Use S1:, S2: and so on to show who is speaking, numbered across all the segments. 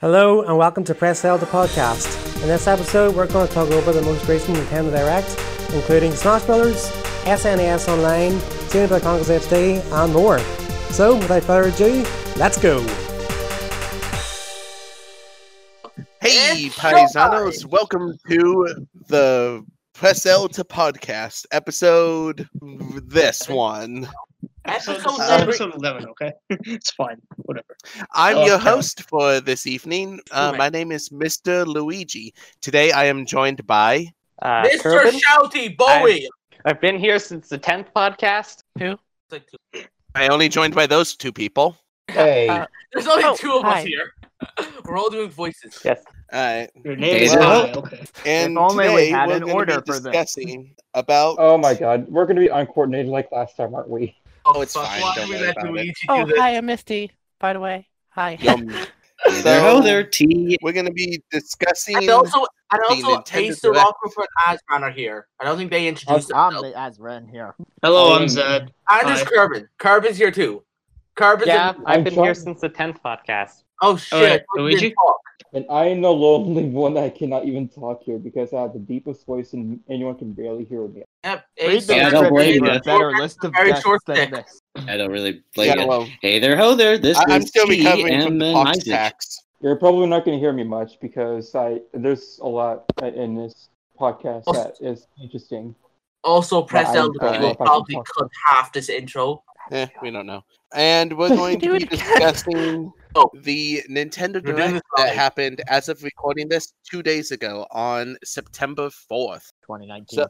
S1: Hello and welcome to Press Sale the podcast. In this episode, we're going to talk over the most recent Nintendo Direct, including Smash Brothers, SNES Online, Xenoblade by Chronicles HD, and more. So, without further ado, let's go.
S2: Hey,
S3: It's
S2: paisanos!
S3: showtime.
S2: Welcome to the Press L to Podcast episode. This one,
S3: Episode
S4: Episode,
S2: seven.
S4: episode 11, okay? it's fine. Whatever.
S2: I'm
S4: Oh,
S2: your
S4: okay.
S2: host for this evening. Uh,
S3: Alright.
S2: my name is Mr. Luigi. Today, I am joined by
S5: Uh,
S3: Mr.
S5: Kerbin?
S3: Shouty Bowie.
S5: I've been here since the tenth podcast. Who?
S2: I only joined by those two people.
S6: Hey,
S5: Uh,
S3: There's only
S5: Oh,
S3: two of
S5: hi.
S3: us here. We're all doing voices.
S5: Yes.
S2: All right,
S4: Your name is
S2: Days
S4: Kai,
S2: out.
S4: okay.
S2: Uh, and
S7: only we
S2: today
S7: had
S2: we're
S7: an
S2: gonna
S7: order
S2: be
S7: for them.
S2: discussing about.
S6: oh my god, we're gonna be uncoordinated like last time, aren't we?
S2: Oh, it's fine,
S3: Why
S2: don't
S3: we
S2: worry
S3: let
S2: about it.
S3: Luigi
S8: Oh,
S3: do this?
S8: hi, I'm Misty, by the way. Hi.
S2: Yum.
S9: Hello
S2: so
S9: there, T.
S2: we're gonna be discussing.
S3: And also, and
S2: The
S3: also,
S2: Nintendo
S3: Ace the Rock Rupert and Azman are here. I don't think they introduced
S7: I'm
S3: themselves.
S7: the Azran here.
S4: Hello, I'm
S7: Um,
S4: Zed.
S3: And there's
S4: Hi.
S3: Kerbin. Kerbin's here too. Kerbin's
S5: Yeah,
S3: in...
S5: I've
S6: I'm
S5: been
S6: trying-
S5: here since the tenth podcast.
S3: Oh shit.
S4: Alright,
S3: we
S4: Luigi?
S3: didn't talk.
S6: And I am the lonely one that cannot even talk here because I have the deepest voice and anyone can barely hear me.
S3: Yep.
S7: Read
S3: Ace
S7: the
S3: the
S9: Yeah,
S3: Rock
S9: don't
S7: script
S9: worry,
S7: for a
S9: man.
S7: better list of
S3: Very
S7: guests
S3: short
S7: than
S3: thing.
S7: this.
S9: I don't really like
S2: Yeah,
S9: it.
S2: well,
S9: Hey there, ho there. This
S2: I- I'm
S9: is
S2: still
S9: T
S2: recovering from
S9: and
S2: the
S9: then
S2: box
S9: Isaac.
S2: tax.
S6: You're probably not gonna hear me much because I there's a lot in this podcast
S7: Oh.
S6: that is interesting.
S3: Also, press
S6: I'm
S3: down
S6: sorry,
S3: because we'll
S6: if I can
S3: probably
S6: talk.
S3: cut half this intro.
S2: Eh, we don't know. And we're going to be
S8: Dude.
S2: discussing
S3: Oh.
S2: the Nintendo
S3: doing
S2: Direct
S3: this
S2: that
S3: live.
S2: happened as of recording this two days ago on September 4th.
S7: 2019.
S2: So-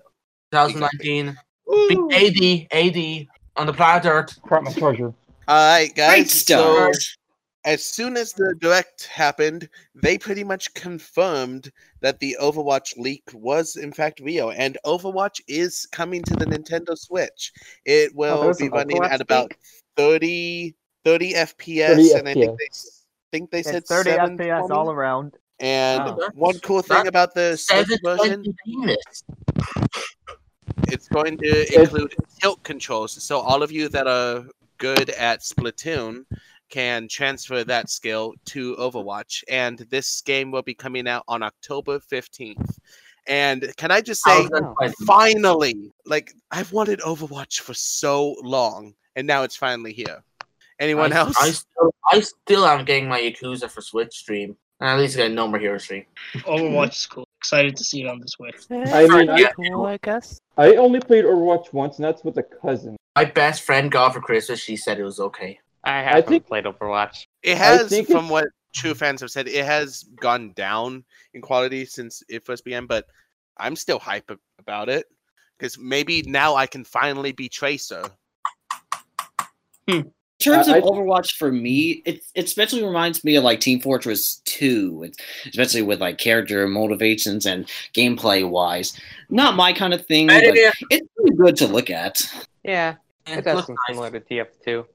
S3: 2019. Big AD, AD on the planet Earth.
S6: Crap, my treasure.
S2: All right,
S9: Great
S2: guys. So,
S9: start.
S2: as soon as the Direct happened, they pretty much confirmed that the Overwatch leak was, in fact, real. And Overwatch is coming to the Nintendo Switch. It will
S7: Oh, there's
S2: be
S7: an
S2: running
S7: Overwatch
S2: at about 30, 30 FPS.
S6: 30
S2: and I think
S6: FPS.
S2: they, s- think they said
S7: it's 30
S2: 720?
S7: FPS all around.
S2: And
S7: Oh.
S2: one cool thing
S3: That-
S2: about the Switch
S3: Seven
S2: version,
S3: twenty Venus.
S2: it's going to include tilt controls. So all of you that are good at Splatoon can transfer that skill to Overwatch. And this game will be coming out on October 15th. And can I just
S3: Oh,
S2: say,
S3: 2020.
S2: finally, like I've wanted Overwatch for so long, and now it's finally here. Anyone
S3: I,
S2: else?
S3: I still, I still am getting my Yakuza for Switch stream. And at least get a number here stream.
S4: Overwatch is cool. Excited to see it on this way.
S6: I mean,
S3: I-
S8: Eh, cool, I guess.
S6: I only played Overwatch once, and that's with a cousin.
S3: My best friend got it for Christmas. She said it was okay.
S5: I haven't
S6: think-
S5: played Overwatch.
S2: It has,
S6: think
S2: from
S6: it's-
S2: what true fans have said, it has gone down in quality since it first began. But I'm still hype ab- about it because maybe now I can finally be Tracer.
S9: In terms
S6: I-
S9: of Overwatch, for me, it it especially reminds me of like Team Fortress Two, it's- especially with like character motivations and gameplay wise. Not my kind of thing, but
S3: Better than-
S9: it's pretty good to look at.
S5: Yeah, it
S3: It,
S5: does
S3: looks
S5: seem
S3: nice.
S5: similar to TF2.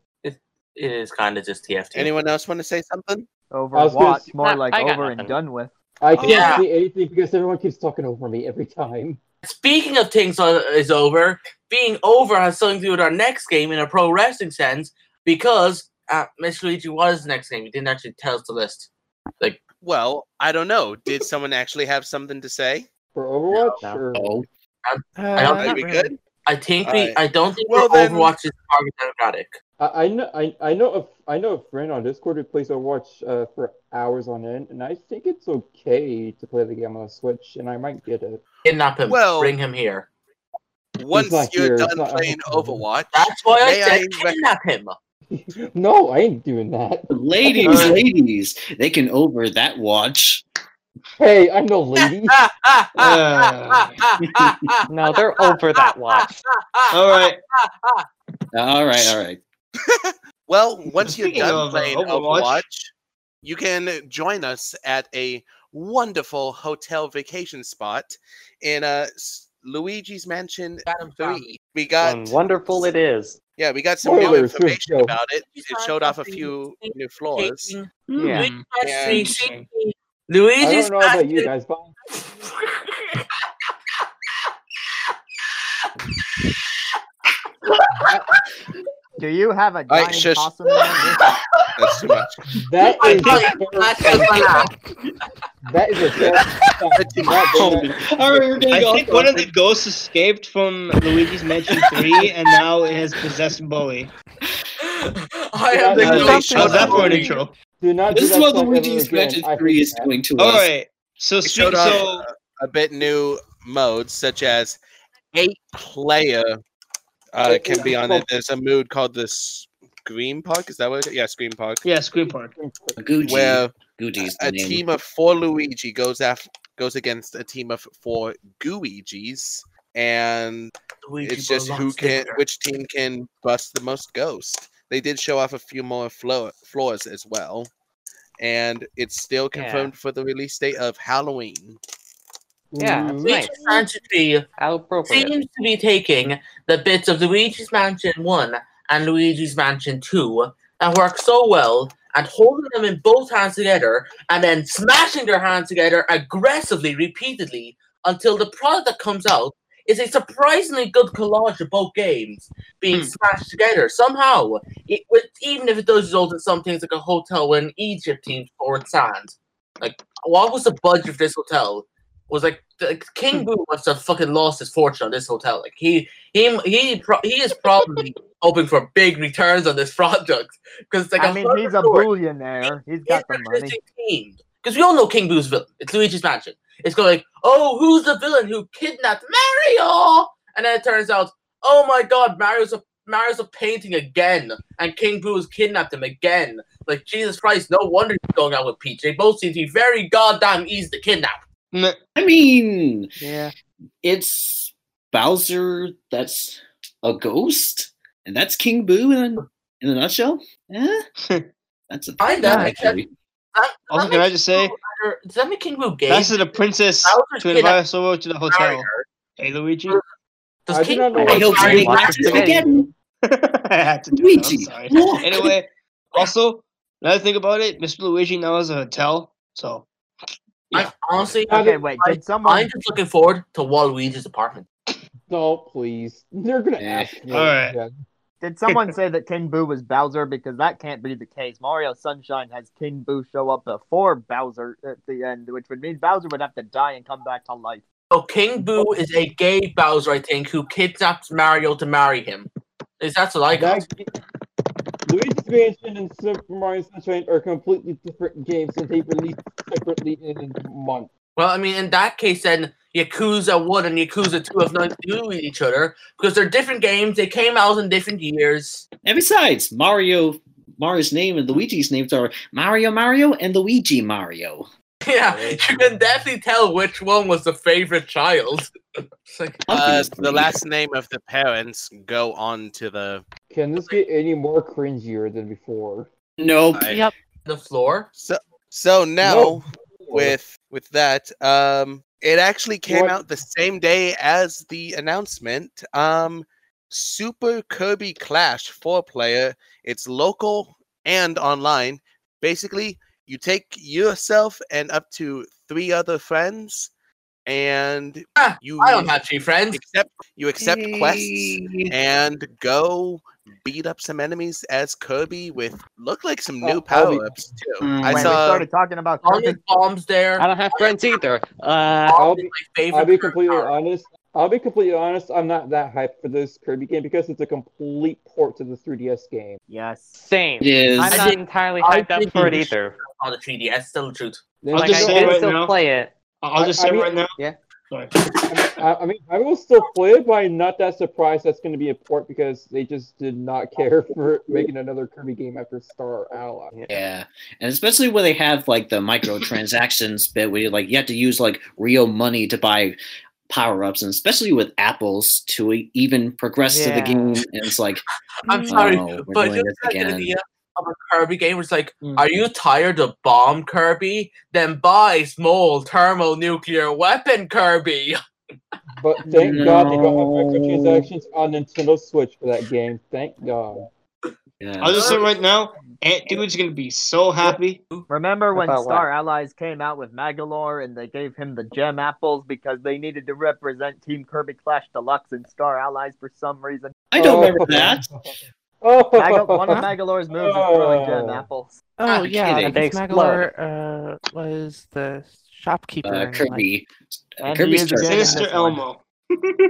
S3: it is kind of just TFT.
S2: Anyone else want to say something?
S6: gonna-
S7: Overwatch, more
S5: Nah,
S7: like
S5: I got
S7: over and
S5: nothing.
S7: done with.
S2: Oh,
S6: I can't
S3: Yeah.
S6: see anything because everyone keeps talking over me every time.
S3: Speaking of things o- is over, being over has something to do with our next game in a pro wrestling sense because uh, Mr. Luigi, what is the next game? You didn't actually tell us the list.
S2: Well, I don't know. Did someone actually have something to say?
S6: For Overwatch,
S5: No.
S6: or
S9: Oh,
S8: Uh,
S3: don't
S2: Are
S8: not
S2: we
S8: really.
S2: good?
S3: I think we.
S2: Alright.
S3: I don't think
S2: Well,
S3: well,
S2: then-
S3: Overwatch is target demographic.
S6: I, I know I, I know a, I know a friend on Discord who plays Overwatch uh, for hours on end, and I think it's okay to play the game on the Switch, and I might get it.
S3: Kidnap him.
S2: Well-
S3: bring him here.
S2: Once
S6: not
S2: you're
S6: here, it's
S2: done
S6: not- I
S2: playing
S6: don't know.
S2: Overwatch,
S3: That's why I
S2: May
S3: said
S2: I rec-
S3: kidnap him.
S6: No, I ain't doing that.
S9: ladies, ladies, they can over that watch.
S6: Hey, I'm no lady.
S3: Ah, ah, ah,
S4: Uh.
S3: ah, ah, ah,
S5: No, they're over that watch.
S3: ah,
S4: All right.
S9: All right, all right.
S2: Well, once you're
S4: Speaking
S2: done
S4: of, uh,
S2: playing Overwatch,
S4: Overwatch-
S2: you can join us at a wonderful hotel vacation spot in uh, S- Luigi's Mansion
S3: Adam
S2: 3.
S3: Family.
S2: We got
S5: And wonderful it is.
S2: yeah, we got some new
S6: Spoilers, here we
S2: information
S6: go.
S2: about it. It showed off a few new floors.
S4: Hmm.
S3: Taking
S5: Yeah.
S2: Yeah.
S3: Luigi's Mansion
S4: Interesting.
S3: 3.
S6: I
S3: Luigi's
S6: don't know about
S3: Mansion.
S6: you guys, but
S7: Do you have a
S2: right,
S7: giant
S2: shush.
S7: possum? in your-
S2: That's too much.
S6: That
S3: I
S6: is
S3: thought
S6: the
S3: That's
S6: first
S3: just my laugh.
S6: That is a fact.
S9: All right, we're
S4: I
S9: getting off
S4: think one of the
S9: topic.
S4: ghosts escaped from Luigi's Mansion 3 and now it has possessed Bully.
S3: I am the
S6: Yeah,
S2: no,
S3: ghost
S2: shut
S4: How's
S3: of
S4: that
S2: up.
S4: for an
S3: Bully.
S4: intro?
S6: Do not do
S9: This is
S6: that
S9: what
S6: song ever
S9: Luigi's
S6: again.
S9: Mansion
S6: I
S9: 3
S6: hate
S9: is
S6: that.
S9: doing to
S4: All
S9: us.
S4: right. So,
S2: It
S4: speak,
S2: showed
S4: so
S2: off a bit new modes, such as eight player uh,
S6: Eight
S2: can be
S6: player.
S2: on it. There's a mood called the Scream Park. Is that what? It is? Yeah, Scream Park.
S4: yeah, Scream Park.
S9: Gucci.
S2: Where
S9: Gucci's the
S2: a
S9: name.
S2: team of four Luigi goes after goes against a team of four Gooigi's, and
S3: Luigi
S2: it's just who
S3: belongs
S2: can
S3: there.
S2: which team can bust the most ghosts. They did show off a few more floor, floors as well, and it's still
S5: Yeah.
S2: confirmed for the release date of Halloween.
S5: Yeah, that's
S2: Mm-hmm.
S6: Mhm.
S5: nice.
S3: Luigi's Mansion 3
S5: How appropriate.
S3: seems to be taking the bits of Luigi's Mansion 1 and Luigi's Mansion 2 that work so well and holding them in both hands together and then smashing their hands together aggressively, repeatedly, until the product that comes out is a surprisingly good collage of both games
S5: Hmm.
S3: being smashed together. Somehow, it, with, even if it does result in some things like a hotel in Egypt teams poured sand, like, what was the budget of this hotel? was like the,
S7: Hmm.
S3: King Boo must have fucking lost his fortune on this hotel. Like he he he pro- he is probably hoping for big returns on this product because it's like
S7: I mean, he's a billionaire. He's got the money.
S3: Because we all know King Boo's villain. It's Luigi's Mansion. It's going like, oh, who's the villain who kidnapped Mario? And then it turns out, oh my god, Mario's a Mario's a painting again, and King Boo has kidnapped him again. Like Jesus Christ, no wonder he's going out with Peach. They both seem to be very goddamn easy to kidnap.
S4: N-
S9: I mean,
S5: Yeah.
S9: it's Bowser that's a ghost, and that's King Boo in a, in a nutshell. Eh? that's a
S3: I know, I
S9: actually.
S3: That-
S4: Also,
S3: that
S4: can
S3: makes
S4: I just say,
S3: Boo either- does that make King Boo gay?
S4: that's the princess
S3: Bowser's
S4: to
S3: kid
S4: invite us over to the hotel.
S3: Mario.
S4: Hey, Luigi.
S3: Does
S6: I do
S3: King
S6: not know
S3: Boo
S9: I hope you
S5: Sorry,
S9: make
S5: lots
S9: lots
S5: of
S9: of spaghetti.
S4: I had to do it. I'm
S9: Luigi,
S4: sorry.
S9: look.
S4: Anyway, also, another thing about it, Mr. Luigi now has a hotel, so
S3: I, honestly,
S7: Okay, wait. Did someone?
S3: I'm just looking forward to Waluigi's apartment.
S6: No, please. They're gonna
S9: Yeah.
S6: ask me.
S4: All right.
S6: Yeah.
S7: Did someone say that King Boo was Bowser? Because that can't be the case. Mario Sunshine has King Boo show up before Bowser at the end, which would mean Bowser would have to die and come back to life.
S3: So Oh, King Boo is a gay Bowser, I think, who kidnapped Mario to marry him. Is that's what I got?
S6: That g- Luigi's Mansion and Super Mario Sunshine are completely different games, and they released separately in a month.
S3: Well, I mean, in that case, then Yakuza One and Yakuza Two have nothing to do with each other because they're different games. They came out in different years.
S9: And besides, Mario, Mario's name and Luigi's names are Mario Mario and Luigi Mario.
S3: Yeah, you can definitely tell which one was the favorite child. it's like,
S2: Uh,
S9: Obviously.
S2: the last name of the parents go on to the.
S6: Can this get any more cringier than before?
S9: Nope.
S2: I-
S8: Yep.
S3: the floor.
S2: So so now
S6: No.
S2: with with that, um, it actually came
S6: What?
S2: out the same day as the announcement. Um, Super Kirby Clash four player. It's local and online. Basically, you take yourself and up to three other friends, and
S3: Ah,
S2: you
S3: I don't have three friends.
S2: accept you accept quests
S9: Hey.
S2: and go beat up some enemies as Kirby with look like some
S6: Oh,
S2: new
S6: I'll be-
S2: power ups too. I
S4: Mm.
S7: Hmm. When we
S2: saw
S7: started talking about
S3: Onion bombs there.
S5: I don't have friends either. Uh,
S6: I'll
S3: Bombs is
S6: be-
S3: my favorite.
S6: I'll be
S3: curse
S6: completely
S3: word.
S6: honest. I'll be completely honest. I'm not that hyped for this Kirby game because it's a complete port to the 3DS game.
S7: yes.
S5: same.
S9: It is.
S5: I'm
S3: I
S5: not
S3: did-
S5: entirely
S3: I
S5: hyped up
S3: did
S5: for it
S3: use-
S5: either.
S3: on the 3DS. Tell the truth.
S6: Then
S5: Like,
S4: just
S5: I
S4: say
S5: did
S4: right
S5: still
S4: now-
S5: play it.
S4: I'll just
S6: I- I
S4: say
S6: mean-
S4: right now.
S5: Yeah.
S4: Sorry.
S6: I, I mean, I will still play it, but I'm not that surprised that's going to be a port because they just did not care for making another Kirby game after Star Ally.
S9: Yeah, and especially when they have like the microtransactions bit where you like you have to use like real money to buy power ups, and especially with apples to e- even progress to the
S5: Yeah.
S9: game, and it's like
S3: I'm
S9: oh,
S6: Mm-hmm.
S3: sorry,
S9: we're
S3: but
S9: doing
S3: just
S9: this
S3: like the
S9: again.
S3: idea of a Kirby game where it's like,
S6: Mm.
S3: are you tired of bomb Kirby? Then buy small thermonuclear weapon Kirby.
S6: But thank God they don't have microtransactions on Nintendo Switch for that game. Thank God.
S9: Yeah.
S4: I'll just say right now, Aunt Dude's gonna be so happy.
S7: Remember when
S5: About what?
S7: Star Allies came out with Magalore and they gave him the gem apples because they needed to represent Team Kirby Clash Deluxe and Star Allies for some reason?
S9: I don't
S6: Oh.
S9: remember that.
S6: Oh.
S7: Magal- one of Magalor's moves is throwing gem
S6: Oh.
S7: apples.
S2: Ah,
S8: Oh
S9: I'm
S8: yeah,
S9: kidding.
S8: I think
S5: They
S8: Magalor uh, was the shopkeeper.
S9: Uh,
S8: in, like-
S9: Kirby.
S7: And he
S9: Kirby's
S7: is a
S9: turn.
S7: genius.
S4: Sister Elmo.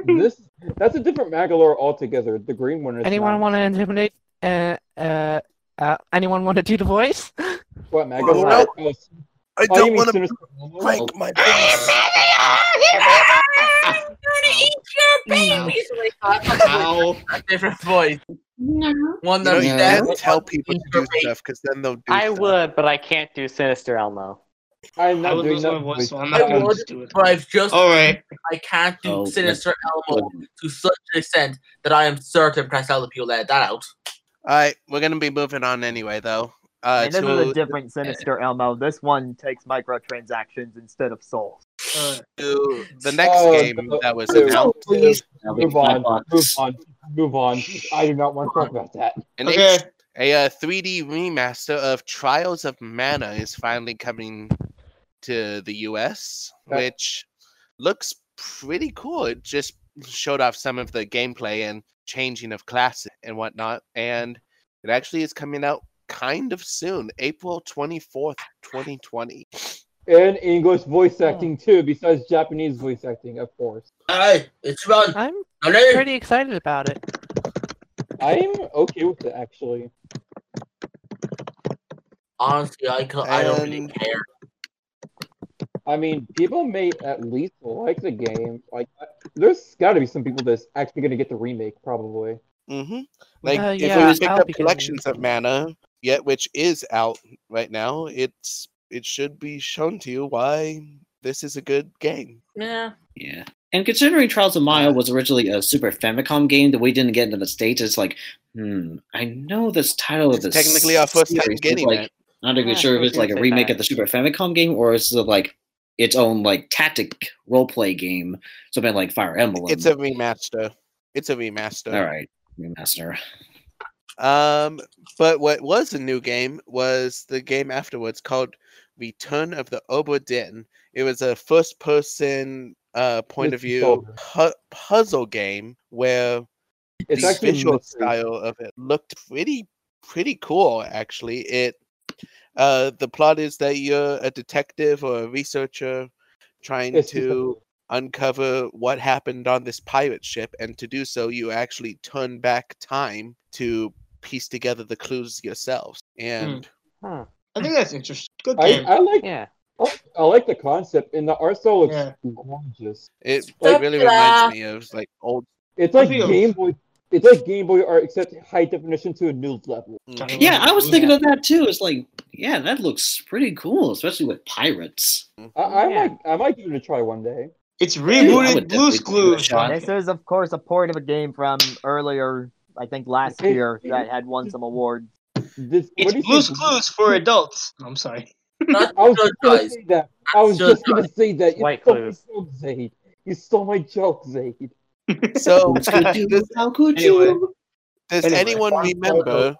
S6: this that's a different Magalore altogether. The green one is
S8: anyone
S6: not.
S8: want to intimidate? Uh, uh, uh, anyone want to do the voice?
S6: what Magalore?
S7: Well,
S6: Oh,
S10: I
S6: oh, you
S10: don't
S6: mean
S10: want to
S6: Sinister Elmo?
S2: Oh,
S10: break my voice.
S3: I'm gonna eat your babies. Like, uh,
S4: Ow.
S3: a different voice. One
S2: You know,
S3: that's
S2: you
S9: No.
S3: dead.
S2: can't tell people to do stuff because then they'll do
S5: I
S2: stuff.
S5: would, but I can't do Sinister Elmo.
S6: I'm
S4: I
S6: not
S4: would
S6: doing
S4: lose my
S6: that.
S4: voice, so I'm
S3: I
S4: not going
S3: would,
S4: to do it.
S3: But I've just
S4: Alright.
S3: I can't do
S9: Oh,
S3: Sinister Elmo to such an extent that I am certain Presalopio let that out.
S2: All right, we're gonna be moving on anyway, though. Uh,
S7: I mean, this
S2: to,
S7: is a different Sinister Elmo. This one takes microtransactions instead of souls.
S4: Alright.
S2: to the next
S6: Oh,
S2: game
S6: no.
S2: that was
S6: Dude.
S2: announced,
S6: Please
S9: Now we
S6: move
S9: can
S6: on.
S9: move on.
S6: Move on. Move on. I do not want to talk about that.
S2: an
S4: Okay.
S2: H- a uh, 3D remaster of Trials of Mana is finally coming to the U.S.,
S6: That-
S2: which looks pretty cool. It just showed off some of the gameplay and changing of classes and whatnot, and it actually is coming out kind of soon, April twenty fourth, twenty twenty.
S6: And English voice acting too, besides Japanese voice acting, of course.
S3: Hey, it's run.
S8: I'm
S3: No name.
S8: pretty excited about it.
S6: I'm okay with it actually.
S3: Honestly, I, co- I don't really
S2: And-
S3: care.
S6: I mean, people may at least like the game. Like, uh, there's got to be some people that's actually going to get the remake, probably.
S2: Mm-hmm. Like
S8: Uh,
S2: if
S8: yeah,
S2: we pick
S8: I'll
S2: up
S8: be getting it.
S2: collections of mana, yet which is out right now, it's it should be shown to you why this is a good game.
S3: Yeah.
S9: Yeah. And considering Trials of Maya was originally a Super Famicom game that we didn't get into the States, it's like, hmm, I know this title of
S2: It's
S9: this.
S2: technically our first time
S9: series, but,
S2: getting
S9: like,
S2: it.
S9: I'm not even
S5: Yeah,
S9: sure if
S5: I was
S9: it's like a
S5: gonna say
S9: remake
S5: that.
S9: of the Super Famicom game or it's the, like its own like tactic role play game, something like Fire Emblem.
S2: It's a remaster. It's a remaster.
S9: all right remaster.
S2: Um, but what was a new game was the game afterwards called Return of the Oberdin. It was a first person uh point of
S6: Mystery
S2: view
S6: solver.
S2: pu- puzzle game where
S6: It's
S2: the
S6: actually
S2: visual
S6: mystery.
S2: style of it looked pretty pretty cool actually it uh the plot is that you're a detective or a researcher trying
S6: It's just
S2: to uncover what happened on this pirate ship and to do so you actually turn back time to piece together the clues yourselves and
S5: Huh.
S4: I think that's interesting. Good
S6: I,
S4: game.
S6: I like
S5: Yeah.
S6: I like the concept, and the art style looks
S4: Yeah.
S6: gorgeous.
S2: it,
S3: Stop
S2: it really reminds
S3: that.
S2: me of like old
S6: It's like
S4: Feels.
S6: Game Boy. It's like Game Boy art, except high definition to a new level.
S2: Mhm.
S9: Yeah, I was thinking of that too. It's like, yeah, that looks pretty cool, especially with pirates.
S6: I, I
S5: Yeah.
S6: might, I might give it a try one day.
S4: It's
S9: I
S4: rebooted Blue's
S9: would definitely give it a
S4: Clues.
S9: shot.
S7: This is, of course, a port of a game from earlier, I think, last
S6: It-
S7: year that had won some awards.
S6: This,
S4: It's
S6: what do you
S4: Blue's
S6: think?
S4: Clues for adults. I'm sorry.
S3: Not
S6: I was
S3: good,
S6: just gonna
S3: guys.
S6: say that. I was
S3: Just
S6: just gonna say that. You
S5: White
S6: stole
S5: clues.
S6: my joke, Zaid. You stole my joke, Zaid.
S2: so
S9: Scooby-Doo, How could
S4: Anyway.
S9: you?
S2: Does
S4: Anyway,
S2: anyone
S3: Farm Pro
S2: remember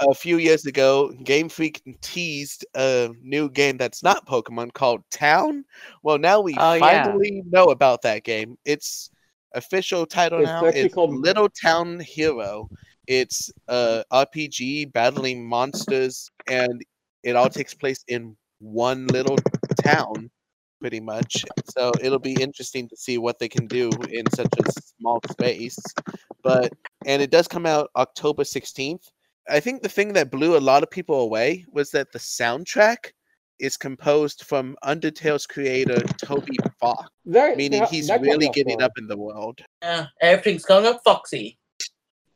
S2: a few years ago, Game Freak teased a new game that's not Pokemon called Town? Well, now we
S5: Oh, yeah.
S2: finally know about that game. Its official title
S6: It's
S2: now
S6: actually
S2: is
S6: called-
S2: Little Town Hero. It's a RPG battling monsters, and it all takes place in one little town, pretty much. So it'll be interesting to see what they can do in such a small space. But and it does come out October 16th. I think the thing that blew a lot of people away was that the soundtrack is composed from Undertale's creator Toby Fox,
S6: That,
S2: meaning
S6: that-
S2: he's
S6: that got
S2: really
S6: me off
S2: getting
S6: guard.
S2: up in the world.
S3: Yeah, everything's going up foxy.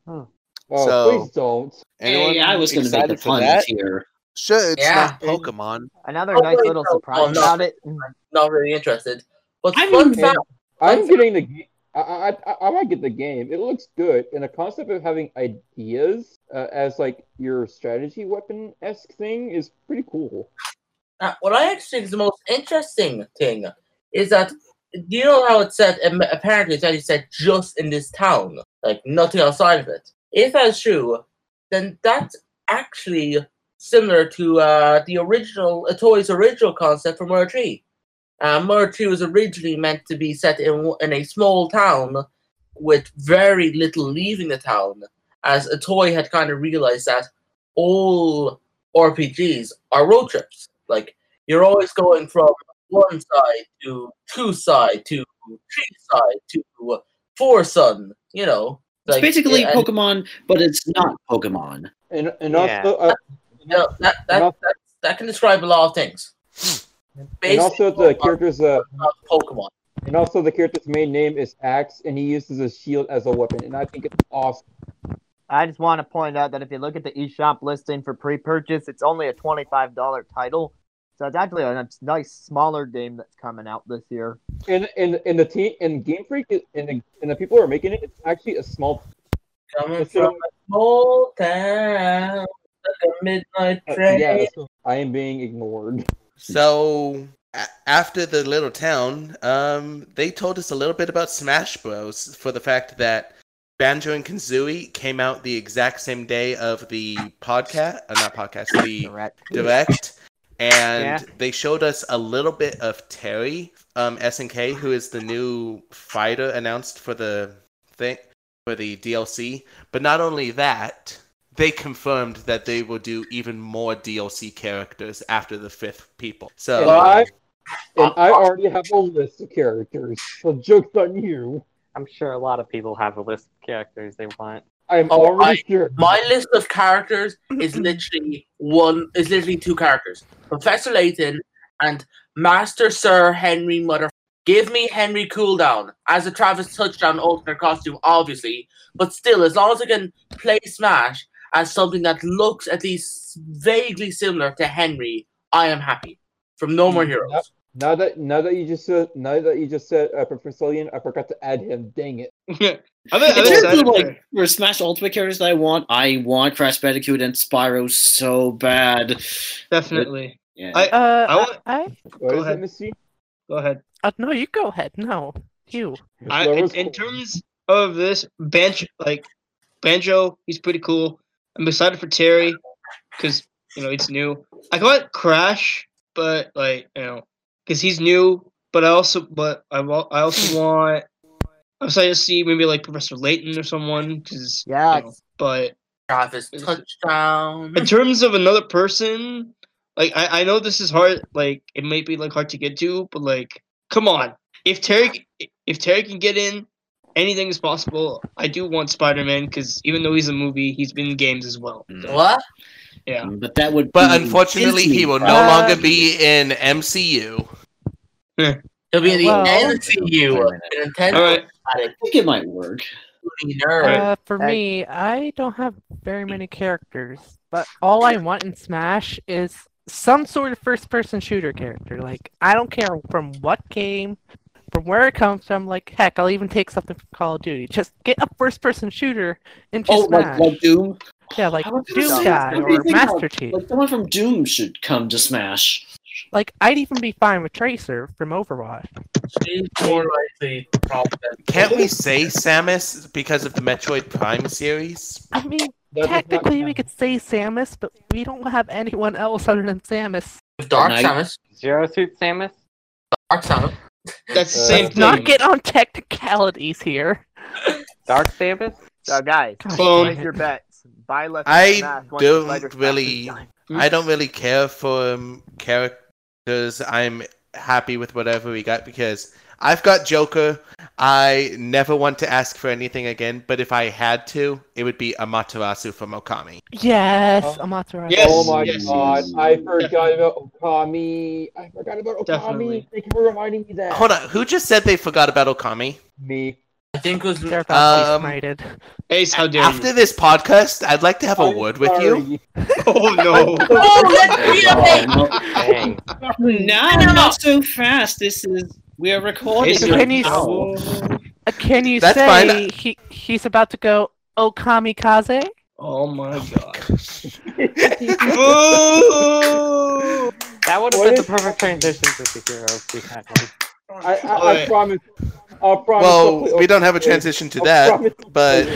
S6: Oh,
S2: So-
S6: please don't.
S2: Anyone
S9: Hey, I was going to make the
S2: excited for
S9: pun
S2: that?
S9: here.
S2: Sure, it's
S3: Yeah.
S2: not Pokemon.
S7: Another
S3: Oh,
S7: nice
S3: wait,
S7: little
S3: no,
S7: surprise
S3: oh, no.
S7: about it.
S3: Not really interested. But
S9: I
S3: fun
S9: mean-
S3: fact,
S6: I'm
S3: That's-
S6: getting the. ga- I, I I- I might get the game. It looks good, and the concept of having ideas uh, as like your strategy weapon esque thing is pretty cool.
S3: uh, what I actually think is the most interesting thing is that do you know how it said um, apparently it's actually said just in this town, like nothing outside of it. If that's true, then that's actually similar to uh, the original uh, Toy's original concept for Murder Tree. Uh, Murder Tree was originally meant to be set in w- in a small town with very little leaving the town, as Atoy had kind of realized that all RPGs are road trips. Like you're always going from one side to two side to three side to four sun. You know,
S9: it's
S3: like,
S9: basically
S3: yeah, and-
S9: Pokemon, but it's not Pokemon.
S6: And and
S5: Yeah.
S6: also uh,
S3: No, that, that,
S6: Enough.
S3: that, that can describe a lot of things.
S6: and also the
S3: Pokemon,
S6: character's uh,
S3: not Pokemon.
S6: and also the character's main name is Axe, and he uses a shield as a weapon, and I think it's awesome.
S7: I just want to point out that if you look at the eShop listing for pre-purchase, it's only a twenty-five dollar title, so it's actually a nice smaller game that's coming out this year.
S6: And and and the team and Game Freak is- and the, and the people who are making it, it's actually a small.
S3: Coming
S6: it's a-
S3: from a small town, like a midnight
S6: uh,
S3: train.
S6: yeah, so I am being ignored.
S2: So a- after the little town, um, they told us a little bit about Smash Bros. for the fact that Banjo and Kazooie came out the exact same day of the podcast, uh, not podcast, the
S7: Correct.
S2: direct, and
S8: Yeah.
S2: they showed us a little bit of Terry, um, SNK, who is the new fighter announced for the thing for the DLC. But not only that, they confirmed that they will do even more DLC characters after the fifth people. So
S6: And I
S3: uh,
S6: and I already have a list of characters. So jokes on you.
S5: I'm sure a lot of people have a list of characters they want.
S6: I am
S3: Oh,
S6: already sure.
S3: My list of characters is literally one is literally two characters. Professor Layton and Master Sir Henry Mother Give me Henry cooldown as a Travis touchdown alternate costume, obviously. But still, as long as I can play Smash as something that looks at least vaguely similar to Henry, I am happy. From No More Heroes.
S6: Yep. Now that now that you just said now that you just said uh, Professor Lillian, I forgot to add him. Dang it!
S4: Other,
S9: In
S4: other
S9: terms
S4: side
S9: of
S4: of
S9: like for Smash Ultimate characters that I want, I want Crash Bandicoot and Spyro so bad.
S4: definitely.
S9: Yeah. Mm,
S4: I-
S8: Uh,
S4: I want-
S8: I,
S6: What
S4: Go
S6: is
S4: ahead.
S6: that, Misty?
S4: Go ahead.
S8: uh, no, you go ahead. No, you.
S4: I, in,
S6: Laura's
S4: in
S6: cool.
S4: terms of this banjo, like banjo, he's pretty cool. I'm excited for Terry because you know it's new. I got Crash, but like you know, because he's new. But I also, but I, wa- I also want. I'm excited to see maybe like Professor Layton or someone. Because
S7: Yeah,
S4: but
S3: Travis
S4: Is-
S3: touchdown.
S4: in terms of another person, like I, I know this is hard. Like it might be like hard to get to, but like come on, if Terry if Terry can get in, anything is possible. I do want Spider Man because even though he's a movie, he's been in games as well. Hmm. So,
S3: What?
S4: yeah,
S9: But that would.
S2: Mm. but
S9: be
S2: unfortunately
S9: Disney,
S2: he will no
S9: bro.
S2: longer be in MCU.
S3: It'll be the
S8: Well-
S3: NCU. Nintendo.
S4: All right.
S9: I think it might work.
S3: including nerd.
S8: Uh, for
S7: I-
S8: me, I don't have very many characters, but all I want in Smash is some sort of first-person shooter character. Like I don't care from what game, from where it comes from. Like heck, I'll even take something from Call of Duty. Just get a first-person shooter into
S9: Oh,
S8: Smash.
S9: like, like Doom.
S8: yeah, like
S9: I was gonna
S8: Doom
S9: say,
S8: Guy
S9: what do you
S8: or
S9: think about-
S8: Master Chief.
S9: Like someone from Doom should come to Smash.
S8: Like I'd even be fine with Tracer from Overwatch.
S3: She's more likely the problem.
S2: Can't we say Samus because of the Metroid Prime series?
S8: I mean,
S6: That does not
S8: technically we
S6: count.
S8: could say Samus, but we don't have anyone else other than Samus.
S3: Dark
S9: Night.
S3: Samus.
S5: Zero Suit Samus?
S3: Dark Samus.
S4: that's the
S6: Uh,
S4: same
S6: Let's
S4: thing.
S8: Not get on technicalities here.
S5: Dark Samus? Oh,
S7: so guys,
S8: God
S4: Clone.
S8: damn
S7: place
S8: it.
S7: your bets. Buy less.
S2: I
S7: Smash, once
S2: don't
S7: Spider Smash is
S2: really-
S7: done.
S2: I don't really care for um, characters. I'm happy with whatever we got because I've got Joker. I never want to ask for anything again, but if I had to, it would be Amaterasu from Okami.
S8: Yes,
S6: Oh.
S8: Amaterasu.
S4: Yes,
S6: oh my
S4: yes.
S6: god! I forgot
S4: Definitely.
S6: about Okami. I forgot about Okami.
S4: Definitely.
S6: Thank you for reminding me that.
S2: Hold on, who just said they forgot about Okami?
S6: Me.
S3: I think it was
S8: They're about to
S2: Um,
S8: be smited.
S4: Ace, how dare
S2: After
S4: you?
S2: this podcast, I'd like to have a word with you.
S4: Oh no!
S3: Oh, let's be away!
S5: Dang.
S9: No, not so fast. This is we are recording.
S4: It's
S8: Can you-
S9: now.
S8: Uh, Can you
S2: That's
S8: say
S2: fine.
S8: he he's about to go Okami Kaze?
S4: Oh my god!
S9: Oh.
S5: That would have
S6: What
S5: been
S6: is-
S5: the perfect transition to the heroes we had one.
S6: I, I, I
S4: Alright.
S6: promise. I promise. I'll play
S2: Well, we don't have a
S6: Okami.
S2: transition to
S6: I
S2: that,
S6: promise I'll play
S2: but
S6: it.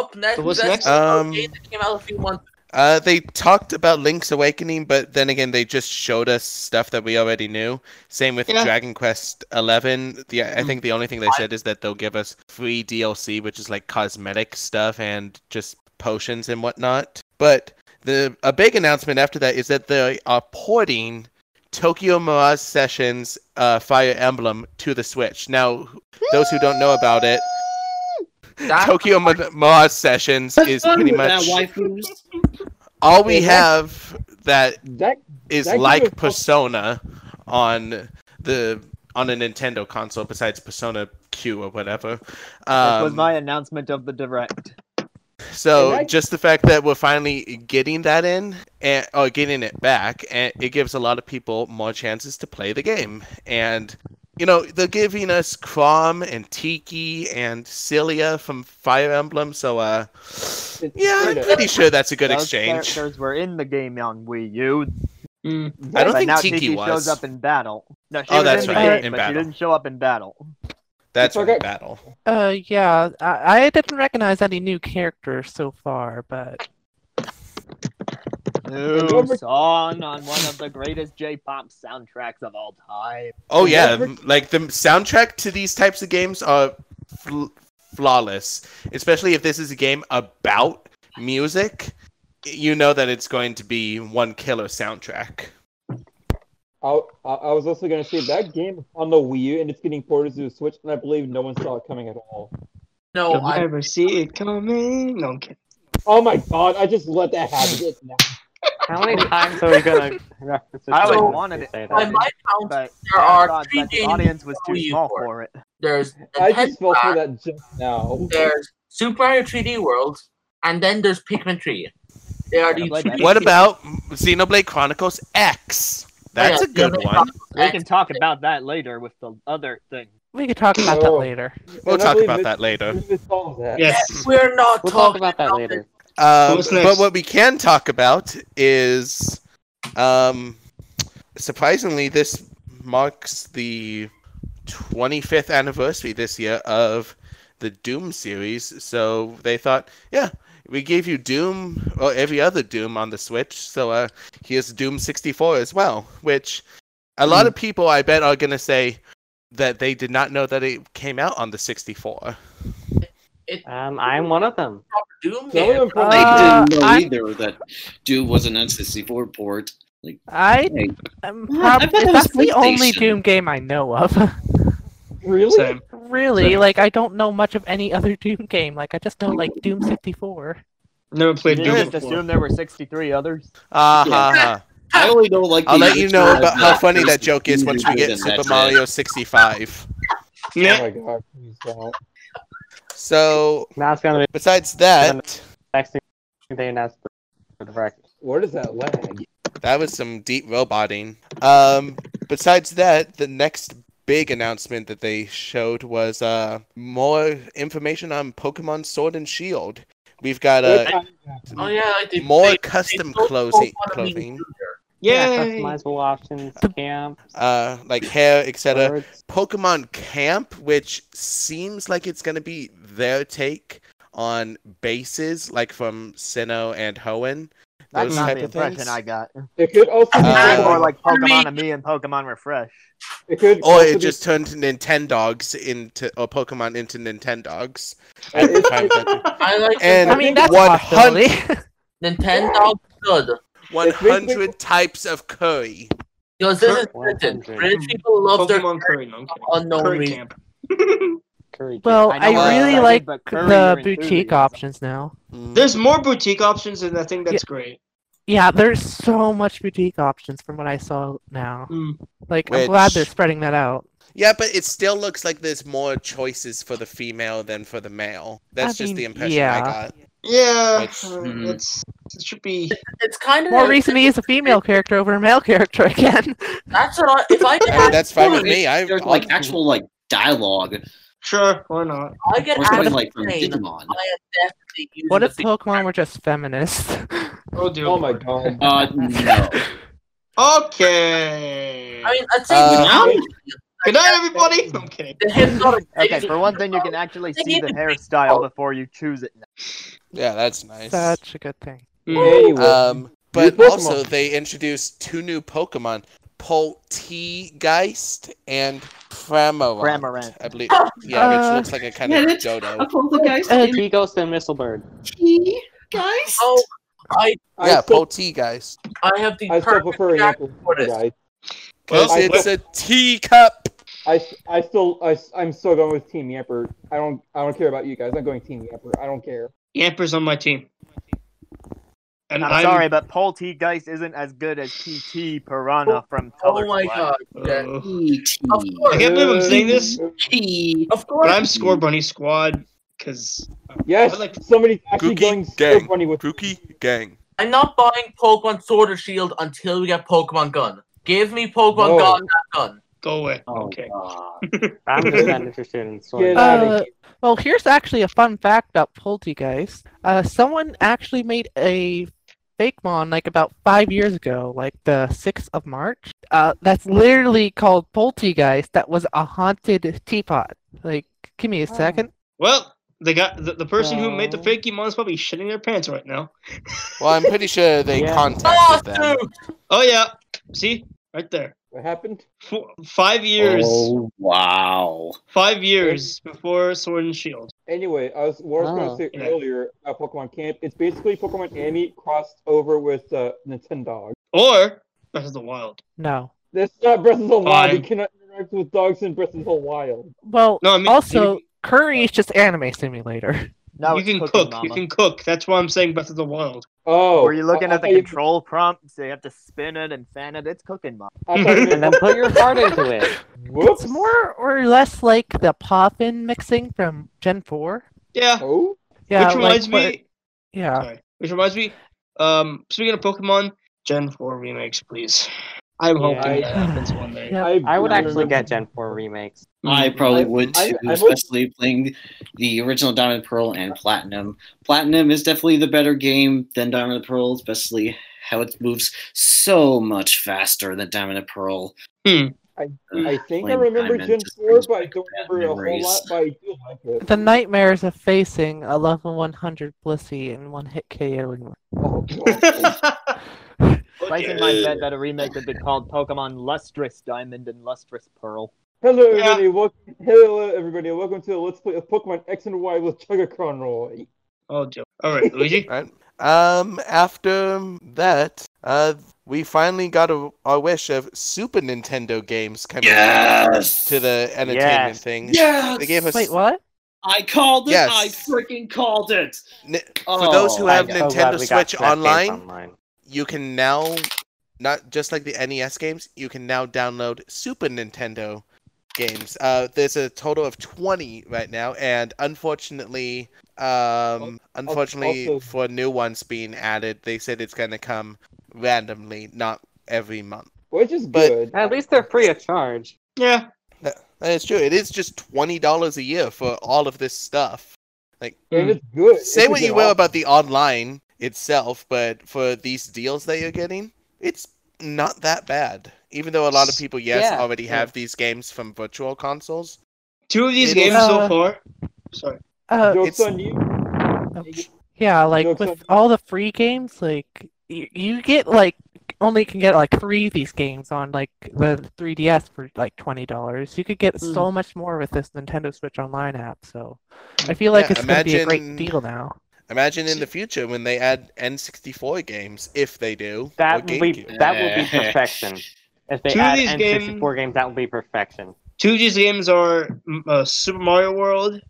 S3: Up next,
S4: So what's
S3: that's
S4: next?
S3: a
S2: Um,
S3: game that came out a few months
S2: Uh, they talked about Link's Awakening, but then again, they just showed us stuff that we already knew. Same with
S4: Yeah.
S2: Dragon Quest Eleven. The I think the only thing they said is that they'll give us free DLC, which is like cosmetic stuff and just potions and whatnot. But the a big announcement after that is that they are porting Tokyo Mirage Sessions uh, Fire Emblem to the Switch. Now, those who don't know about it,
S3: That-
S2: Tokyo Mir- Mirage Sessions is pretty
S9: That
S2: much
S9: waifus.
S2: all we
S6: Is that-
S2: have that
S6: That
S2: is
S6: That could have
S2: like
S6: fuck-
S2: Persona on the on a Nintendo console besides Persona Q or whatever.
S7: That was
S2: Um,
S7: my announcement of the direct.
S2: so
S6: and I-
S2: just the fact that we're finally getting that in and or getting it back, and it gives a lot of people more chances to play the game. And you know they're giving us Crom and Tiki and Celia from Fire Emblem, so uh, yeah, I'm
S6: Nintendo.
S2: pretty sure that's a good
S7: Those
S2: exchange.
S7: characters were in the game on Wii U.
S2: I don't
S7: but
S2: think
S7: now
S2: Tiki was.
S7: shows up in battle. No, she
S2: Oh,
S7: was
S2: that's
S7: in the
S8: right,
S7: game,
S2: in
S7: but
S2: battle.
S7: she didn't show up in battle.
S2: That's
S6: Okay.
S2: right, battle.
S8: Uh, yeah, I, I didn't recognize any new characters so far, but
S7: New
S6: Remember-
S7: song on one of the greatest J-pop soundtracks of all time.
S2: Oh
S6: And
S2: yeah,
S6: that's
S2: m- like the soundtrack to these types of games are fl- flawless, especially if this is a game about music. You know that it's going to be one killer soundtrack.
S6: I, I I was also gonna say that game on the Wii U and it's getting ported to the Switch, and I believe no one saw it coming at all.
S3: No,
S4: You'll
S3: I,
S4: never see it coming. No, I'm kidding.
S6: Oh my god! I just let that happen. It's now.
S5: How many times are we gonna reference this?
S7: I always
S5: to
S7: wanted it.
S5: say
S3: by
S5: that?
S3: my count,
S7: But
S3: there
S7: I
S3: are
S7: thought
S3: three
S7: that the
S3: games.
S7: audience was too
S3: Wii U
S7: small
S3: for it.
S7: for it.
S3: There's
S6: I
S3: Nintendo
S6: just fell for
S3: Rock,
S6: that just now.
S3: there's Super Mario 3D World, and then there's Pikmin 3. They are
S7: Gotta
S3: the
S7: play
S3: three
S7: that.
S2: What
S3: games-
S2: about Xenoblade Chronicles X? That's a
S3: Oh, Yeah,
S2: good
S3: Xenoblade
S2: one.
S7: We can talk about that later with the other thing.
S8: we could talk about that
S6: Oh.
S8: later.
S2: We'll
S6: And I
S2: talk
S6: believe
S2: about
S6: Mitch-
S2: that later.
S6: Mitch saw that.
S4: Yes.
S3: We're not
S5: We'll talk
S3: talking
S5: about that later.
S2: Um,
S4: What's
S2: but
S4: next?
S2: what we can talk about is, um, surprisingly, this marks the 25th anniversary this year of the Doom series. So they thought, yeah, we gave you Doom or every other Doom on the Switch, so uh, here's Doom 64 as well. Which a
S4: Hmm.
S2: lot of people, I bet, are gonna say that they did not know that it came out on the 64.
S5: Um, I'm one of them.
S3: Doom
S6: Some of
S3: games.
S6: them
S8: Uh,
S6: probably
S9: They didn't know
S8: I'm-
S9: either that Doom was an N64 port. Like,
S8: I
S9: hey,
S8: am
S9: What? I
S8: prob-
S9: thought that was
S8: that's the only
S9: PlayStation.
S8: Doom game I know of.
S6: really.
S4: Same.
S8: Really,
S4: Yeah.
S8: like I don't know much of any other Doom game. Like I just know like Doom 64.
S4: Never played
S7: you
S4: Doom
S7: just
S4: before.
S7: assume there were 63 others.
S2: Ah
S9: Yeah.
S2: ha ha.
S9: Uh-huh. I only know like.
S2: I'll
S9: the
S2: let you
S9: original,
S2: know about how
S9: like,
S2: funny that
S9: first
S2: joke is
S9: Doom
S2: once we get
S9: and
S2: Super
S9: that's it.
S2: Mario 65.
S6: Oh
S4: Yeah.
S6: my god! Please don't.
S2: So,
S5: Now it's gonna be
S2: besides that,
S5: next thing they announced for the record.
S6: Where does that lag?
S2: that was some deep roboting. Um, besides that, the next big announcement that they showed was uh, more information on Pokemon Sword and Shield. We've got uh,
S3: Oh yeah, like they,
S2: more
S3: they-
S2: custom
S3: sold
S2: clothing,
S3: Pokemon Mini
S2: clothing
S3: Junior.
S4: Yay.
S5: Customizable options, camp,
S2: uh, like hair, etc.
S5: birds.
S2: Pokemon Camp, which seems like it's going to be their take on bases, like from Sinnoh and Hoenn.
S7: That's
S2: Those
S7: not
S2: type
S7: the
S2: of
S7: impression
S2: things.
S7: I got.
S6: It could also be
S2: Uh,
S7: more
S2: Or
S7: like
S3: for me-
S7: Pokemon and me and Pokemon Refresh.
S6: it could
S2: Or
S6: also
S2: it
S6: be-
S2: just turned Nintendogs into, or Pokemon into Nintendogs. At the
S6: it-
S2: time that-
S3: I like
S2: And
S8: I mean, that's a
S2: 100
S8: possibility.
S3: Nintendo good.
S2: 100 types of curry.
S3: Because this is
S5: Current
S3: Britain.
S5: 100.
S3: British people love their
S4: Pokemon Curry. No, I'm kidding.
S3: unknown
S4: Curry
S3: reason.
S4: Camp.
S5: Curry.
S8: well,
S7: I
S8: I,
S7: know what
S2: you
S8: really
S7: said,
S8: like
S7: but curry
S8: the
S7: or
S8: boutique
S7: enthusiasm.
S8: options now.
S2: Mm.
S4: There's more boutique options, and I think that's great.
S8: Yeah, there's so much boutique options from what I saw now.
S4: Mm.
S8: Like I'm glad they're
S2: Which-
S8: spreading that out.
S2: Yeah, but it still looks like there's more choices for the female than for the male. That's just
S8: mean,
S2: the impression I
S8: yeah.
S2: got.
S4: Yeah.
S2: That's-
S4: uh,
S7: mm-hmm.
S9: Mhm.
S4: That's it should be.
S3: It's kind of
S8: More recently, is a female character over a male character again.
S3: That's what I, if I get
S2: I mean,
S3: asked,
S2: Uh, that's fine with
S9: Well,
S2: me. I
S9: There's
S2: I'll-
S9: like actual like dialogue
S4: Sure, why not?
S3: I get
S9: or
S3: asked
S9: something
S3: to
S9: like from
S3: plane.
S9: Digimon.
S3: I am definitely using
S8: What
S3: the
S8: if
S3: thing.
S8: Pokemon were just feminists?
S4: Oh dear.
S6: Oh my
S4: lord.
S6: god!
S9: Uh, no.
S4: Okay.
S3: I mean, I'd say with
S2: Uh,
S3: Digimon,
S4: Good night, everybody. No, I'm kidding.
S3: the hypnotic
S7: Okay,
S3: laser-
S7: for one thing, you can actually
S3: They
S7: see
S3: need
S7: the
S3: to
S7: hairstyle before you choose it.
S2: yeah, that's nice.
S8: Such a good thing.
S4: Mm-hmm.
S6: Anyway,
S2: Um, but
S6: Pokemon.
S2: also they introduced two new Pokemon, Poltegeist and Cramorant.
S7: Cramorant.
S2: I believe.
S3: Oh,
S2: Yeah, which
S8: uh,
S2: looks like a kind
S5: yeah,
S2: of
S5: that's-
S2: dodo.
S5: Poltergeist
S8: Uh,
S5: and Ghost and Mistlebird.
S9: Gee, guys.
S3: Oh, I
S6: I
S2: Yeah,
S6: still,
S2: Poltegeist.
S3: I have the
S6: I still
S3: perfect
S6: prefer
S3: reaction
S6: Yankel
S3: for this.
S6: guys.
S2: Because
S6: I-
S2: it's a teacup.
S6: I, I still I, I'm still going with Team Yamper. I don't I don't care about you guys. I'm going Team Yamper. I don't care.
S4: Yamper's on my team. And
S7: I'm, sorry, but Paul T. Geist isn't as good as PT Piranha from Color
S3: Oh my
S7: Squad.
S3: god.
S4: Uh,
S3: yeah. E
S9: E.T.
S3: Of
S4: I
S3: course.
S4: can't believe I'm saying this,
S9: E.T.
S3: Of
S4: but
S3: course.
S4: I'm Score Bunny Squad because
S6: Yes,
S4: Like-
S6: somebody's actually
S2: Gookie
S6: going so
S2: gang.
S6: funny with
S2: Pookie gang.
S3: I'm not buying Pokemon Sword or Shield until we get Pokemon Gun. Give me Pokemon
S6: No.
S3: Gun, not Gun.
S4: go away.
S9: Oh,
S4: okay.
S9: God.
S5: I'm just not interested in Sword.
S6: Get
S5: and
S6: outta
S8: Uh, well, here's actually a fun fact about Poltergeist. Uh, someone actually made a fake mon like about five years ago, like the sixth of March. Uh, that's literally called Poltergeist. That was a haunted teapot. Like, give me a second.
S4: Well, they got the, the person who made the
S5: No.
S4: fake Emon's probably shitting their pants right now.
S2: Well, I'm pretty sure they
S5: Yeah.
S3: Oh,
S2: contacted them.
S3: dude!
S4: Oh yeah, see right there.
S6: what happened.
S4: Four, five years,
S9: Oh, wow.
S4: five years before Sword and Shield.
S6: Anyway, I was what I was
S5: Oh.
S6: going to say
S4: Yeah.
S6: earlier about Pokemon Camp. It's basically Pokemon Annie crossed over with uh, Nintendog.
S4: Or Breath of the Wild.
S8: No.
S6: That's not Breath of the Wild. You
S4: Fine.
S6: cannot interact with dogs in Breath of the Wild.
S8: Well,
S4: No, I mean
S8: also,
S4: you,
S8: Curry is just anime simulator.
S4: you
S7: No, it's
S4: can
S7: Cooking
S4: cook.
S7: Mama.
S4: You can cook. That's why I'm saying Breath of the Wild.
S6: Oh,
S7: Were you looking
S6: I- I
S7: at the
S6: thought you-
S7: control prompt? So you have to spin it and fan it. It's Cooking Mama.
S6: I thought you meant-
S5: And then put your heart into it.
S6: Whoops.
S8: It's more or less like the Poppin mixing from Gen 4.
S4: Yeah.
S6: Oh,
S8: Yeah,
S4: which
S8: like
S4: reminds
S8: what-
S4: me.
S8: Yeah.
S4: Sorry. Which reminds me. Um, speaking of Pokemon, Gen Four remakes, please. I'm
S5: Yeah.
S4: hoping that happens one day.
S8: Yep.
S6: I,
S5: I would actually
S6: remember-
S5: get Gen 4 remakes.
S9: I probably would
S6: Mm, I-
S9: too,
S6: I would-
S9: especially playing the original Diamond Pearl and Platinum. Platinum is definitely the better game than Diamond and Pearl, especially how it moves so much faster than Diamond and Pearl.
S4: Hmm.
S6: I-
S9: Ugh,
S6: I think I
S9: playing
S6: remember
S9: Diamond
S6: Gen
S9: just
S6: 4,
S9: brings
S6: but I
S9: back
S6: don't
S9: bad
S6: remember a whole
S9: memories.
S6: lot. But I do like it.
S8: The nightmares of facing a level 100 Blissey and one hit KOing.
S6: Oh, God.
S7: Placing my bet that a remake would be called Pokemon Lustrous Diamond and Lustrous Pearl.
S6: Hello,
S4: Yeah.
S6: everybody. Welcome. Hello, everybody. Welcome to the Let's Play of Pokemon X and Y with Chugakron Roy.
S4: Oh, Joe. All right, Luigi.
S2: Um, after that, uh, we finally got a, our wish of Super Nintendo games coming
S9: Yes!
S2: to the entertainment
S7: Yes.
S2: thing.
S9: Yes!
S2: They gave us
S8: Wait, what?
S9: I called it!
S2: Yes.
S9: I freaking called it!
S2: Ni-
S9: Oh,
S2: for those who
S9: I
S2: have
S9: know.
S5: So glad
S2: Nintendo
S5: we got
S2: Switch
S5: to that
S2: online,
S5: game online.
S2: you can now not just like the NES games, you can now download Super Nintendo games. Uh, there's a total of 20 right now, and unfortunately, um, unfortunately
S6: also-
S2: for new ones being added, they said it's going to come randomly, not every month.
S6: Which is
S2: But-
S6: good.
S5: At least they're free of charge.
S4: Yeah.
S2: That, that is true. It is just twenty dollars a year for all of this stuff.
S4: Mm.
S6: and it's good.
S2: Say
S6: It's a
S2: what
S6: good
S2: you will
S6: option.
S2: about the online itself, but for these deals that you're getting, it's not that bad. Even though a lot of people, yes,
S5: Yeah,
S2: already
S5: yeah.
S2: have these games from virtual consoles.
S4: Two of these
S2: It is-
S4: games
S8: Uh,
S4: so far. Sorry.
S8: Uh,
S6: Jokes
S2: it's-
S6: on you.
S8: Oh, yeah, like
S6: Jokes on
S8: with
S6: you.
S8: all the free games, like you, you get like only can get like three of these games on like the 3DS for like twenty dollars. You could get so much more with this Nintendo Switch Online app. So I feel like
S2: Yeah,
S8: it's gonna be a
S2: imagine-
S8: great deal now.
S2: Imagine in the future when they add N64 games, if they do. or
S5: That will be
S2: GameCube.
S5: that will be perfection. If they
S4: Two of
S5: add
S4: these
S5: N64
S4: games-
S5: games, that will be perfection.
S4: Two of these games are mm, uh, Super Mario World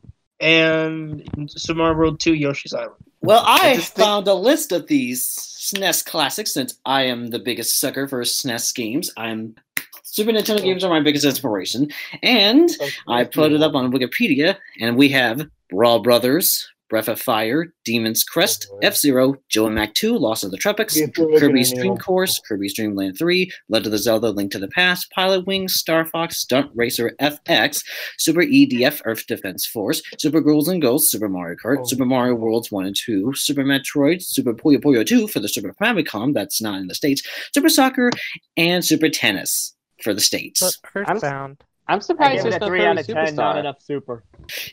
S4: and Super Mario World 2 Yoshi's Island.
S9: Well, I,
S2: just think-
S9: found a list of these SNES E classics since I am the biggest sucker for SNES games. I'm Super Nintendo games are my biggest inspiration, and I put it up on Wikipedia, and we have Brawl Brothers, Breath of Fire, Demon's Crest,
S6: Oh, boy.
S9: F Zero, Joe and Mac Two, Lost in the Tropics,
S6: Yeah, they're looking
S9: Kirby's
S6: at me
S9: Dream
S6: all-
S9: Course, Kirby's Dream Land Three, Legend of the Zelda: Link to the Past, Pilot Wings, Star Fox, Stunt Racer FX, Super EDF Earth Defense Force, Super Ghouls and Ghosts, Super Mario Kart,
S6: Oh.
S9: Super Mario Worlds 1 and 2, Super Metroid, Super Puyo Puyo 2 for the Super Famicom, that's not in the States, Super Soccer, and Super Tennis for the States.
S8: But Earthbound,
S5: I'm
S7: I
S5: surprised
S7: give
S5: there's
S7: it a
S5: no
S7: three out
S5: Kirby
S7: of ten. Not
S5: Superstar.
S7: enough super.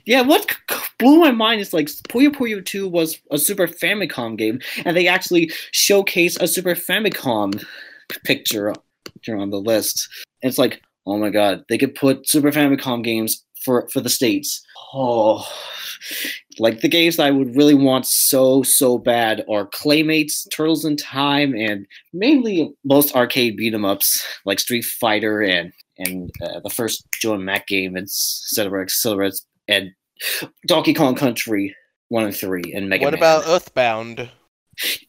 S9: Yeah, what c- c- blew my mind is like Puyo Puyo 2 was a Super Famicom game, and they actually showcase a Super Famicom p- picture, picture on the list. And it's like, oh my god, they could put Super Famicom games for, for the States. Oh, like the games that I would really want so, so bad are Claymates, Turtles in Time, and mainly most arcade beat 'em ups like Street Fighter and. And uh, the first Joe and Mac game, and et cetera, et cetera, and Donkey Kong Country one and three and Mega
S2: what
S9: Man.
S2: about Earthbound?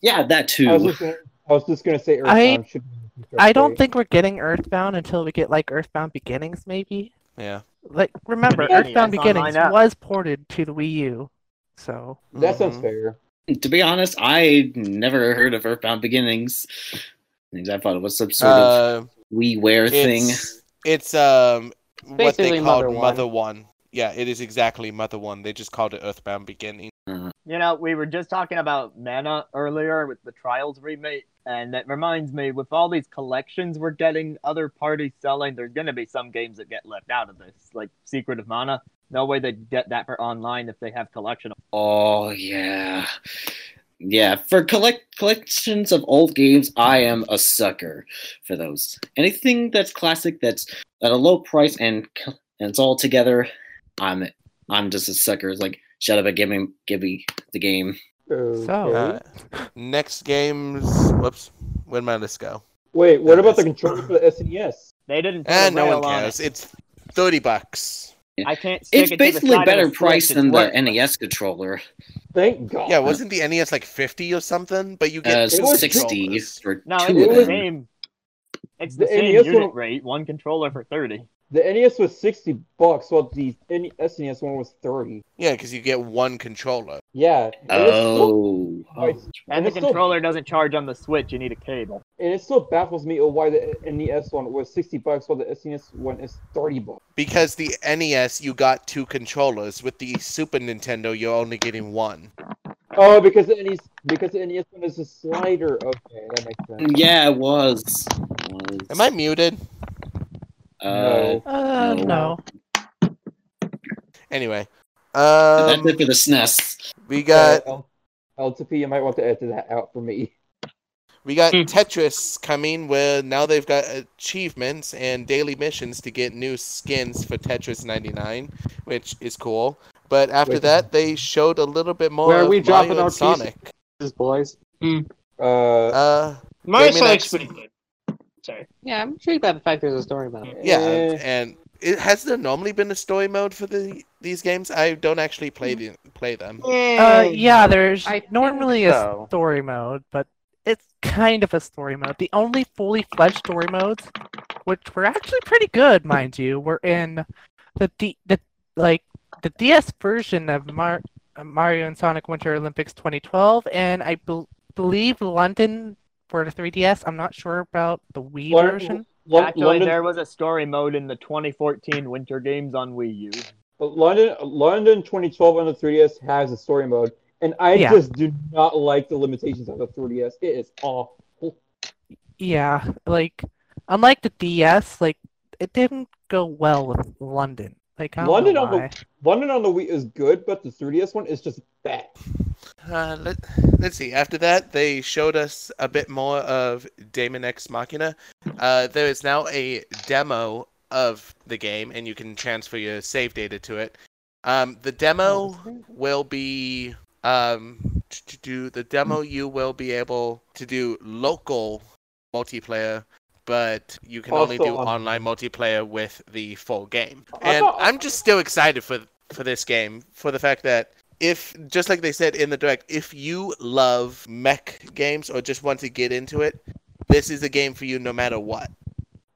S9: yeah, that
S6: I was
S9: too.
S6: just gonna, I was just gonna say
S8: I-
S6: Earthbound should. Be
S8: I don't think we're getting Earthbound until we get like Earthbound Beginnings, maybe.
S2: Yeah.
S8: Like remember,
S7: Yeah,
S8: Earthbound
S7: it's on
S8: Beginnings
S7: lineup.
S8: was ported to the Wii U, so
S6: that sounds
S2: Mhm.
S6: fair.
S9: To be honest, I never heard of Earthbound Beginnings. I thought it was some sort of
S2: Uh,
S9: WiiWare thing.
S2: it's, it's um what they
S5: basically
S2: called
S5: Mother One.
S2: Mother One. Yeah, it is exactly Mother One. They just called it Earthbound Beginning.
S9: Uh,
S7: You know, we were just talking about Mana earlier with the Trials remake, and that reminds me, with all these collections we're getting, other parties selling, there's going to be some games that get left out of this, like Secret of Mana. No way they get that for online if they have collection.
S9: oh yeah, yeah. For collect collections of old games, I am a sucker for those. Anything that's classic, that's at a low price, and co- and it's all together. I'm I'm just a sucker. It's like shut up and give me give me the game.
S6: Okay.
S8: So-
S2: Uh, Next games. Whoops. Where'd my list go?
S6: Wait, what about the controller for the E SNES?
S7: They didn't. put a
S2: And no
S7: rail
S2: one
S7: on
S2: cares. It's thirty bucks.
S7: It. I can't. Stick
S9: It's
S7: it
S9: basically
S7: to the side of
S9: better
S7: the
S9: price
S7: Switch,
S9: than
S7: it's
S9: the
S7: worth-
S9: NES controller.
S6: Thank God.
S2: Yeah, wasn't the NES like fifty or something? But you get
S9: Uh,
S2: two
S6: was
S9: sixty
S2: controllers.
S9: for
S7: No,
S9: two
S6: it
S9: of
S7: it's the
S9: them.
S6: was-
S7: same. It's the,
S6: The
S7: same
S6: NES
S7: unit
S6: one-
S7: rate. One controller for thirty.
S6: The NES was sixty bucks, while the N- SNES one was thirty.
S2: Yeah, because you get one controller.
S6: Yeah. and it's still-
S9: Oh,
S6: and it's-
S7: And the
S6: it's still-
S7: controller doesn't charge on the Switch. You need a cable.
S6: and it still baffles me why the NES one was sixty bucks, while the SNES one is thirty bucks.
S2: Because the NES, you got two controllers. With the Super Nintendo, you're only getting one.
S6: Oh, because the NES because the NES one is a slider. Okay, that makes sense.
S9: yeah, it was. was.
S2: Am I muted?
S9: Uh,
S6: No.
S2: Oh,
S8: uh,
S9: No.
S8: no.
S2: Anyway,
S9: so
S2: um,
S9: that's it for the SNES.
S2: we got
S6: Uh, L- LTP, you might want to edit that out for me.
S2: we got
S3: Hmm.
S2: Tetris coming, where now they've got achievements and daily missions to get new skins for Tetris 99, which is cool. But after
S6: Wait.
S2: that, they showed a little bit more
S5: Where are
S2: of
S5: we dropping
S2: Mario
S5: our
S2: and
S5: piece-
S2: Sonic.
S5: This boys.
S4: Hmm.
S6: Uh,
S2: Uh,
S4: Mario
S2: Give me
S4: Sonic's
S2: that.
S4: pretty good. Sorry.
S5: Yeah, I'm intrigued by the fact there's a story about it.
S2: yeah,
S6: eh,
S2: and it, has there normally been a story mode for the these games? I don't actually play the, play them.
S8: Uh, yeah, there's
S5: I think
S8: normally a
S5: so.
S8: story mode, but it's kind of a story mode. The only fully fledged story modes, which were actually pretty good, mind you, were in the D- the like the DS version of Mar- uh, Mario and Sonic Winter Olympics 2012, and I bel believe London for the 3DS. I'm not sure about the
S2: E
S8: Wii
S6: Lon-
S8: version.
S6: Lon-
S7: Actually,
S6: London,
S7: there was a story mode in the 2014 Winter Games on Wii U.
S6: London, London 2012 on the 3DS has a story mode, and I
S8: Yeah.
S6: just do not like the limitations of the 3DS. It is awful.
S8: Yeah, like unlike the DS, like it didn't go well with London. Like I don't know
S6: London on the-
S8: why.
S6: London on the Wii is good, but the 3DS one is just bad.
S2: Uh, let, let's see. After that, they showed us a bit more of Daemon X Machina. Uh, there is now a demo of the game, and you can transfer your save data to it. Um, the demo will be um, to do the demo. You will be able to do local multiplayer, but you
S7: Oh,
S2: can only
S6: Also um,
S2: do online multiplayer with the full game.
S6: I
S2: and
S6: thought-
S2: I'm just still excited for for this game for the fact that if just like they said in the direct, if you love mech games or just want to get into it, this is a game for you no matter what.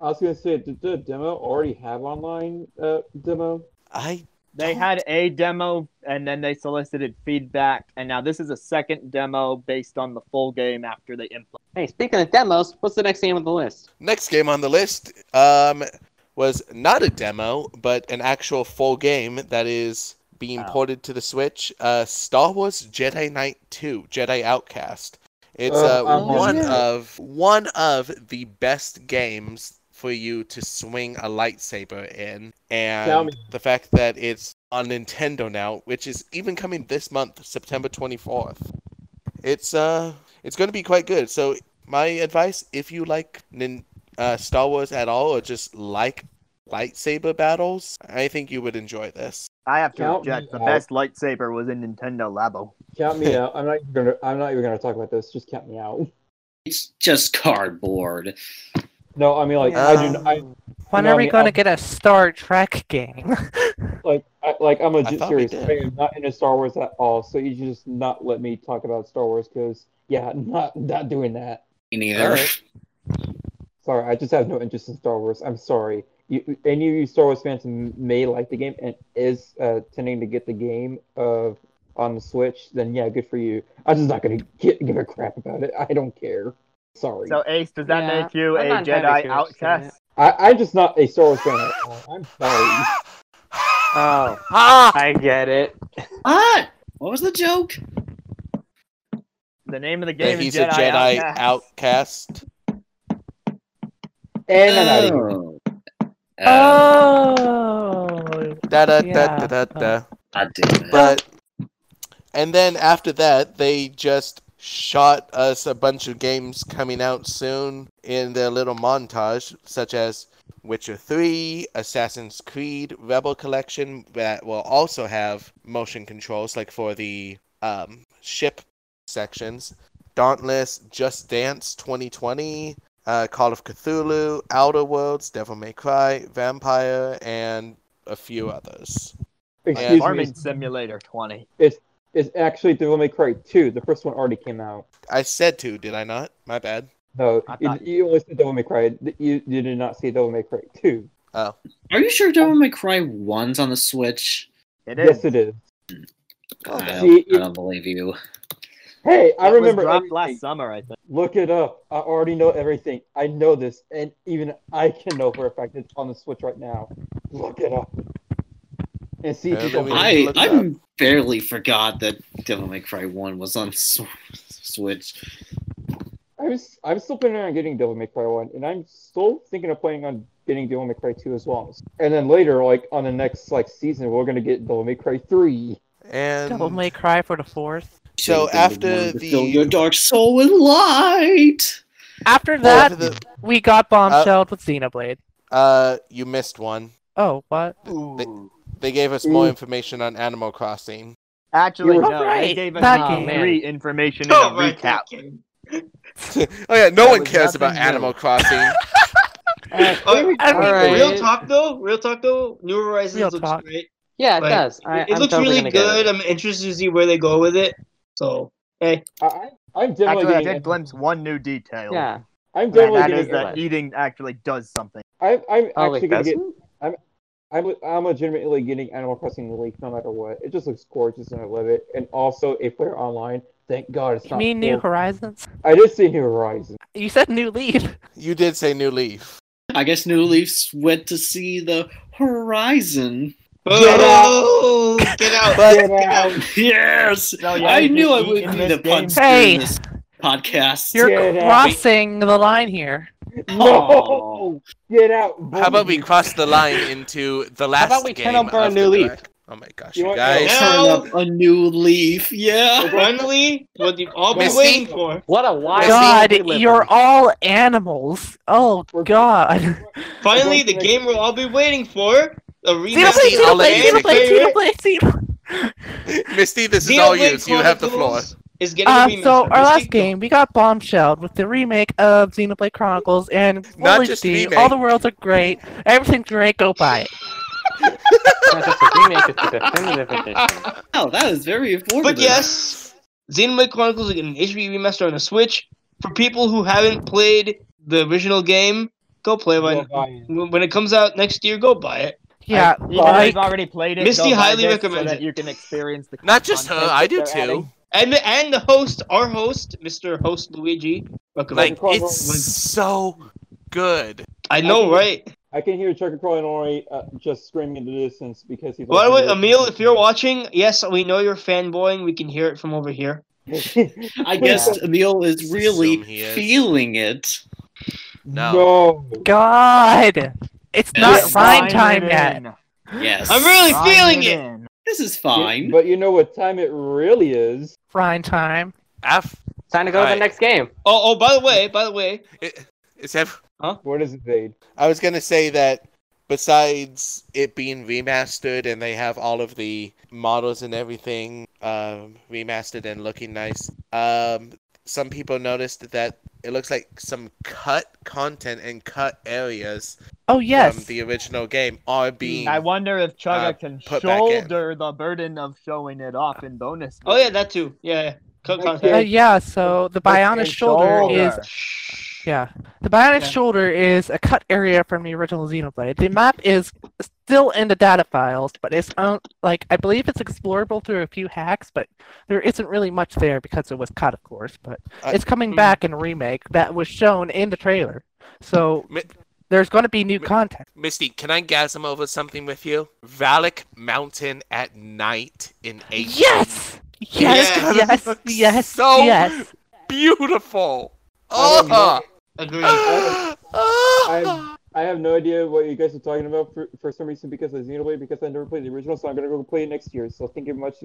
S6: I was gonna say, did the demo already have online uh, demo?
S2: I
S7: They had a demo, and then they solicited feedback, and now this is a second demo based on the full game after they implement.
S5: Hey, speaking of demos, what's the next game on the list?
S2: next game on the list um, was not a demo but an actual full game that is being
S7: Oh.
S2: ported to the Switch. Uh, Star Wars Jedi Knight 2: Jedi Outcast. It's uh,
S6: Uh, I'm on
S2: one
S6: it.
S2: of one of the best games for you to swing a lightsaber in, and
S10: Tell me.
S2: the fact that it's on Nintendo now, which is even coming this month, September 24th. It's uh, it's going to be quite good. So my advice, if you like nin- uh, Star Wars at all, or just like lightsaber battles, I think you would enjoy this.
S7: I have to
S6: Count
S7: object. The
S6: me out.
S7: best lightsaber was in Nintendo Labo.
S6: Count me out. I'm not even gonna. I'm not even gonna talk about this. Just count me out.
S9: It's just cardboard.
S6: No, I mean like I do. I
S2: Um,
S8: When
S6: No, I
S8: are we
S6: mean,
S8: gonna
S6: I'll-
S8: get a Star Trek game?
S6: like I, like I'm a
S2: I
S6: legit
S2: thought we
S6: serious
S2: did.
S6: fan. I'm not into Star Wars at all. So you should just not let me talk about Star Wars because yeah, not not doing that.
S9: Me neither.
S2: Alright.
S6: Sorry, I just have no interest in Star Wars. I'm sorry. You, any of you Star Wars fans m- may like the game and is uh, tending to get the game of on the Switch. Then yeah, good for you. I'm just not gonna get, give a crap about it. I don't care. Sorry.
S7: So Ace, does that
S10: Yeah,
S7: make you
S10: I'm
S7: a
S10: not entirely
S7: Jedi
S10: sure,
S7: outcast?
S6: I, I'm just not a Star Wars fan. At all. I'm sorry.
S10: Oh,
S8: ah,
S10: I get it.
S9: Ah! What was the joke?
S7: The name of the
S2: That
S7: game
S2: he's
S7: is
S2: a
S7: Jedi,
S2: Jedi outcast.
S7: outcast.
S6: And I'm out of here.
S9: Oh. Oh,
S8: oh,
S2: Da da da
S8: Yeah.
S2: da da.
S9: God damn it.
S2: But and then after that, they just shot us a bunch of games coming out soon in their little montage, such as Witcher 3, Assassin's Creed Rebel Collection that will also have motion controls like for the um, ship sections, Dauntless, Just Dance 2020, uh, Call of Cthulhu, Outer Worlds, Devil May Cry, Vampire, and a few others.
S6: Excuse me.
S7: Farming
S6: it's-
S7: Simulator 20.
S6: It's actually Devil May Cry 2. The first one already came out.
S2: I said to, did I not? My bad.
S6: No,
S7: I
S6: you,
S7: thought-
S6: you only said Devil May Cry. You, you did not see Devil May Cry 2.
S9: Are you sure Devil May Cry 1's on the Switch?
S7: It is.
S6: Oh. Yes, it is.
S9: I,
S6: See,
S9: don't, I don't believe you.
S6: Hey, I
S7: It
S6: remember.
S7: was dropped
S6: everything.
S7: last summer, I think.
S6: Look it up. I already know everything. I know this, and even I can know for a fact it's on the Switch right now. Look it up and see if you
S2: Really?
S6: can.
S2: need to
S9: I
S2: look it
S9: I barely forgot that Devil May Cry 1 was on Sw- Switch.
S6: I was, I'm still planning on getting Devil May Cry 1, and I'm still thinking of planning on getting Devil May Cry 2 as well. And then later, like on the next like season, we're gonna get Devil May Cry 3.
S2: And
S8: Devil May Cry for the fourth.
S2: so
S9: Should've been
S2: after
S9: one to fill
S2: the,
S9: your dark soul with light.
S8: After that,
S2: after Oh, the
S8: we got bombshelled with Xenoblade.
S2: uh, you missed one.
S8: Oh, what?
S7: Ooh.
S2: They gave us more
S6: Mm.
S2: information on Animal Crossing.
S7: Actually,
S6: You
S8: were
S7: no. They
S8: right.
S7: gave us
S8: That
S7: all
S8: game.
S7: three information in
S4: Oh,
S7: a
S4: right,
S7: recap.
S4: that game.
S2: oh yeah, no
S7: That
S2: one
S7: was
S2: cares about
S7: nothing new.
S2: Animal Crossing.
S4: Uh,
S8: I mean,
S5: Alright.
S4: Real talk though, real talk though, New Horizons
S8: Real
S4: looks
S8: talk.
S4: great.
S5: Yeah, it
S4: Like,
S5: does. I,
S4: it
S5: I'm
S4: looks
S5: totally gonna
S4: really
S5: get
S4: good.
S5: It.
S4: I'm interested to see where they go with it. So, hey,
S6: I, I- I'm definitely
S7: Actually, I
S6: getting.
S7: did glimpse one new detail.
S5: Yeah.
S6: I'm
S7: And
S6: definitely
S7: that
S6: getting.
S7: is
S5: it
S7: that
S5: was.
S7: eating actually does something.
S6: I'm, I'm
S5: Oh
S6: actually
S5: wait,
S6: gonna
S5: that's
S6: get. I'm, I'm legitimately getting Animal Crossing Leaf no matter what. It just looks gorgeous and I love it. And also, a player online. Thank God it's
S8: You
S6: not.
S8: mean New
S6: full.
S8: Horizons?
S6: I did see New Horizon.
S8: You said New Leaf.
S2: you did say New Leaf.
S9: I guess New Leafs went to see the horizon.
S6: Get out.
S4: oh, get out!
S2: But
S9: yes,
S7: So, yeah,
S9: I
S7: you
S9: knew I
S7: eat
S9: would
S7: in
S9: be
S7: this
S9: the
S7: game.
S9: punster
S8: Hey.
S9: in this podcast.
S8: You're
S6: Get out.
S8: crossing the line here.
S6: No, get out.
S2: how about we cross the line into the last
S5: about we
S2: game
S5: turn over a
S2: of
S5: new
S2: the
S5: leaf?
S2: direct? Oh my gosh,
S6: You
S2: you
S6: want-
S2: guys.
S4: Yeah.
S9: Turn up a new leaf. Yeah.
S4: Finally, what you've all been
S2: Misty?
S4: waiting for.
S5: What a wild
S8: God,
S5: world we live
S8: you're
S5: in.
S8: all animals. Oh
S6: We're-
S8: God.
S4: Finally, the game we're all been waiting for. The
S8: Xenoblade,
S4: remaster.
S2: I'll let
S8: Xenoblade,
S2: you take
S8: Xenoblade,
S4: it.
S8: Xenoblade, Xenoblade.
S2: Misty, this is
S4: Xenoblade
S2: all you. You have the floor.
S4: Chronicles Is getting a
S8: Um,
S4: remaster.
S8: so our
S4: Misty,
S8: last game, we got bombshelled with the remake of Xenoblade Chronicles, and it's
S2: Not
S8: fully
S2: just
S8: HD.
S2: remake.
S8: all the worlds are great, everything's great. Go buy it.
S5: It's not just a remake, it's a definitive edition.
S9: Oh, that is very informative.
S4: But yes, Xenoblade Chronicles is an HD remaster on the Switch. For people who haven't played the original game, go play
S6: Go
S4: one.
S6: buy it.
S4: When it comes out next year, go buy it.
S8: Yeah,
S7: Even if
S8: like,
S7: you've already played it,
S4: Misty
S7: go buy
S4: highly
S7: this
S4: recommends
S7: so
S4: it.
S7: that you can experience the
S2: Not just her,
S7: content
S2: I
S7: that
S2: do
S7: they're
S2: too.
S7: adding.
S4: And the, and the host, our host, Mr. Host Luigi, recommends.
S2: Like
S4: it.
S2: it's so good.
S4: I know, right?
S6: I can hear Chuck Croninori uh, just screaming in the distance because he's.
S4: By the way,
S6: like,
S4: Emil, if you're watching, yes, we know you're fanboying. We can hear it from over here.
S6: watching,
S9: I guess Emil is
S2: Assume
S9: really
S2: he is.
S9: feeling it.
S2: No.
S8: God, it's not
S9: Yes.
S8: fine time yet.
S9: Yes.
S4: I'm really
S7: Sign
S4: feeling
S7: it
S4: it.
S7: in.
S9: This is fine.
S6: But you know what time it really is?
S8: Fine time.
S2: Af-
S5: Time to go to
S2: Alright.
S5: the next game.
S4: Oh, oh, by the way, by the way,
S2: it, is that,
S6: What is it, Vade?
S2: I was gonna say that besides it being remastered and they have all of the models and everything um, remastered and looking nice, um, some people noticed that it looks like some cut content and cut areas
S8: Oh yes.
S2: from the original game are being.
S7: I wonder if Chugga
S2: uh,
S7: can
S2: put back in.
S7: shoulder the burden of showing it off in bonus.
S4: oh yeah,
S7: mode.
S4: that too. Yeah, yeah. Cut
S6: Okay.
S4: contact.
S8: Uh, yeah. So the bionic shoulder, is yeah. The bionic
S4: Yeah.
S8: shoulder is a cut area from the original Xenoblade. The map is still in the data files, but it's on like I believe it's explorable through a few hacks, but there isn't really much there because it was cut, of course. But
S2: I-
S8: it's coming
S4: Hmm.
S8: back in a remake that was shown in the trailer. So
S2: Mi-
S8: there's going to be new
S2: Mi-
S8: content.
S2: Misty, can I gasm over something with you? Valak Mountain at night in eight.
S8: Yes! Yes,
S4: Yeah.
S8: yes,
S2: Looks
S8: yes,
S2: so
S8: yes.
S2: Beautiful.
S6: I don't
S2: Oh.
S6: know.
S4: Agreed.
S2: Ah!
S6: I'm- I have no idea what you guys are talking about for, for some reason because of Xenoblade because I never played the original, so I'm gonna go play it next year. So thank you very much.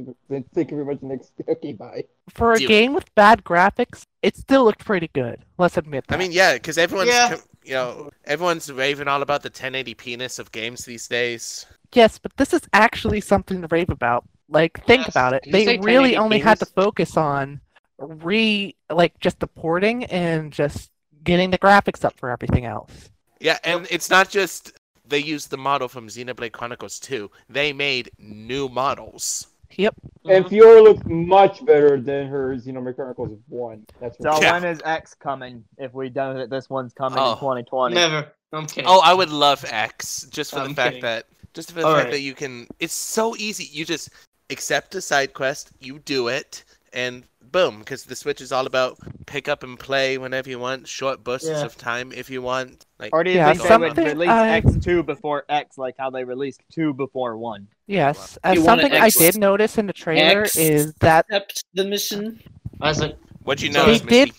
S6: Thank you very much. Next. Okay, bye.
S8: For a
S2: Dude.
S8: game with bad graphics, it still looked pretty good. Let's admit that.
S2: I mean, yeah, because everyone's
S4: Yeah.
S2: com- you know everyone's raving all about the 1080pness of games these days.
S8: yes, but this is actually something to rave about. Like, think
S4: Yes.
S8: about it.
S5: Did you
S8: They
S5: say
S8: really only had to
S5: 1080p?
S8: focus on re, like, just the porting and just getting the graphics up for everything else.
S2: Yeah, and it's not just they used the model from Xenoblade Chronicles 2. They made new models.
S6: And
S2: Uh-huh.
S6: Fiora looks much better than her Xenoblade Chronicles One. That's
S7: So
S6: right.
S2: Yeah.
S7: when is X coming? If we know that this one's coming
S2: Oh.
S7: in 2020.
S4: Never. I'm kidding.
S2: Oh, I would love X just for the
S4: I'm
S2: fact
S4: kidding.
S2: that just for the
S4: All
S2: fact
S4: right.
S2: that you can. It's so easy. You just accept a side quest, you do it, and boom. Because the Switch is all about pick up and play whenever you want, short bursts
S4: Yeah.
S2: of time if you want. Like
S7: Or do you
S8: Yeah,
S7: think they would
S8: something
S7: release
S8: I-
S7: X2 before X, like how they released 2 before 1?
S8: Yes. Uh,
S9: You want an
S8: something I
S9: excellent-
S8: did notice in the trailer
S9: Ex-
S8: is that
S9: Accept the mission.
S4: I was like,
S2: what you
S4: So
S2: know
S8: they
S2: is
S8: did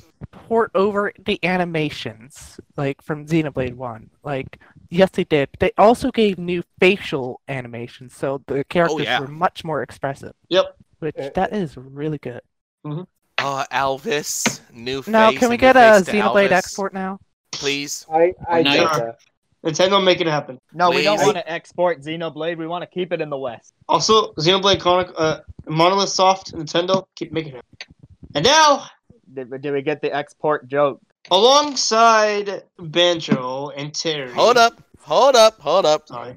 S8: port over the animations, like from Xenoblade One. Like, yes, they did. They also gave new facial animations, so the characters
S2: Oh, yeah.
S8: were much more expressive.
S4: Yep.
S8: Which
S6: Uh,
S8: that is really good.
S2: Oh, Alvis, new face.
S8: Now, can we
S2: and new
S8: get a
S2: face to
S8: Xenoblade
S2: Alvis,
S8: export now?
S2: please?
S6: I I
S9: No,
S6: get
S4: you're-
S6: that.
S4: Nintendo make it happen.
S7: No, we don't
S2: Please.
S7: want to export Xenoblade. We want to keep it in the West.
S4: Also, Xenoblade Chronic, uh, Monolith Soft, Nintendo keep making it. happen. And now,
S7: Did, did we get the export joke?
S4: alongside Banjo and Terry.
S2: Hold up, hold up, hold up.
S4: Sorry.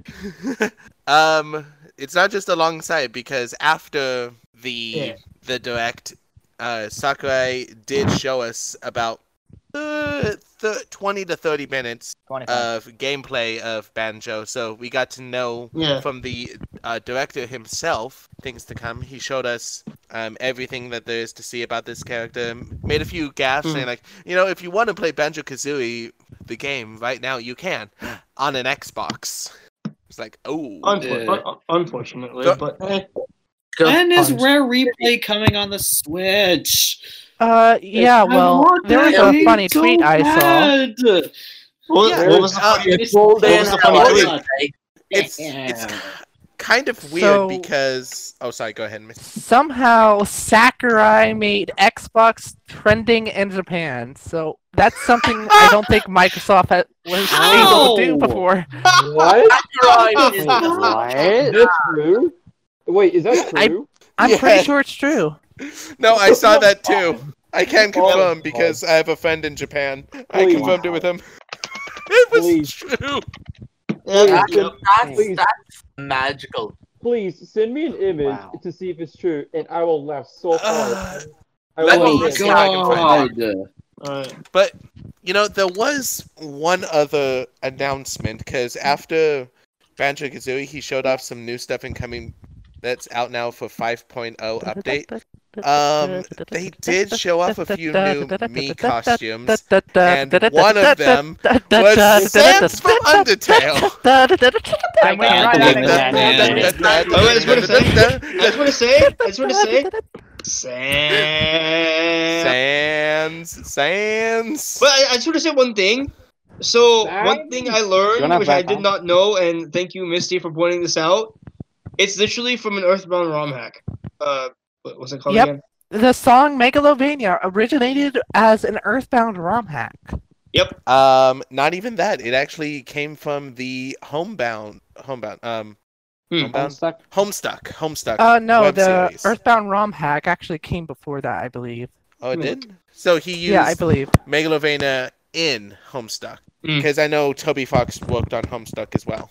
S2: um, it's not just alongside because after the
S4: Yeah.
S2: the direct, uh, Sakurai did show us about uh, th- twenty to thirty minutes
S7: 25.
S2: of gameplay of Banjo, so we got to know
S4: Yeah.
S2: from the uh, director himself things to come. He showed us um, everything that there is to see about this character. Made a few gaffes
S4: Hmm.
S2: saying like, you know, if you want to play Banjo Kazooie, the game right now, you can on an Xbox. It's like, oh,
S4: Unfor-
S2: uh,
S4: un- unfortunately,
S2: Go-
S4: but eh,
S3: Go
S9: and is
S3: punch.
S9: Rare Replay coming on the Switch?
S8: Uh, yeah. Well,
S9: want
S8: there was
S9: that
S8: a
S9: game
S8: funny
S9: so
S8: tweet I saw. Uh,
S9: bad.
S4: what,
S2: Yeah.
S4: what was
S6: Oh,
S4: the
S2: Uh,
S4: funny?
S9: It's
S4: what was
S9: been
S4: the
S9: a
S4: funny
S9: while.
S4: tweet?
S2: it's it's
S9: Yeah.
S2: kind of weird
S8: So-
S2: because. Oh, sorry. Go ahead, Miss.
S8: Somehow Sakurai made Xbox trending in Japan, so that's something I don't think Microsoft had, was able to do
S9: Ow!
S8: before.
S6: What?
S3: Sakurai is
S5: What?
S6: That's true. Wait, is that
S8: I-
S6: true?
S8: I'm pretty
S2: Yeah.
S8: sure it's true.
S2: No, I saw that too. I can confirm because I have a friend in Japan. I
S6: Please.
S2: confirmed it with him. It was
S6: Please.
S2: true.
S4: Yeah,
S3: That's, that's,
S6: Please.
S3: that's magical.
S6: Please send me an image
S5: Oh, Wow.
S6: to see if it's true, and I will laugh so hard.
S2: Uh,
S6: I
S2: let
S6: will
S2: me
S6: admit.
S2: go-
S6: Oh,
S2: God.
S4: Alright.
S2: But you know, there was one other announcement because after Banjo Kazooie, he showed off some new stuff and coming that's out now for 5.0 update. Um, they did show off a few new Mii costumes, and one of them was Sans from Undertale.
S4: Wait,
S7: wait,
S4: I-
S7: right
S4: I-
S7: on it.
S6: Oh,
S4: I just wanna say- I just want to say, I just want to say, Sam.
S2: Sans, Sans.
S4: But I, I just want to say one thing. So one thing I
S5: You're
S4: learned,
S5: not
S4: which I
S5: back,
S4: did
S5: huh?
S4: not know, and thank you, Misty, for pointing this out. It's literally from an Earthbound ROM hack. Uh, what was it called
S8: Yep.
S4: again?
S8: The song Megalovania originated as an Earthbound ROM hack.
S2: Um, not even that. It actually came from the homebound, homebound, um,
S4: Hmm.
S2: homebound,
S5: Homestuck?
S2: homestuck, homestuck.
S8: Uh, no,
S2: web
S8: the
S2: series.
S8: Earthbound ROM hack actually came before that, I believe.
S2: Oh, it
S4: Hmm.
S2: did. So he used
S8: Yeah, I believe.
S2: Megalovania in Homestuck
S4: Hmm.
S2: because I know Toby Fox worked on Homestuck as well.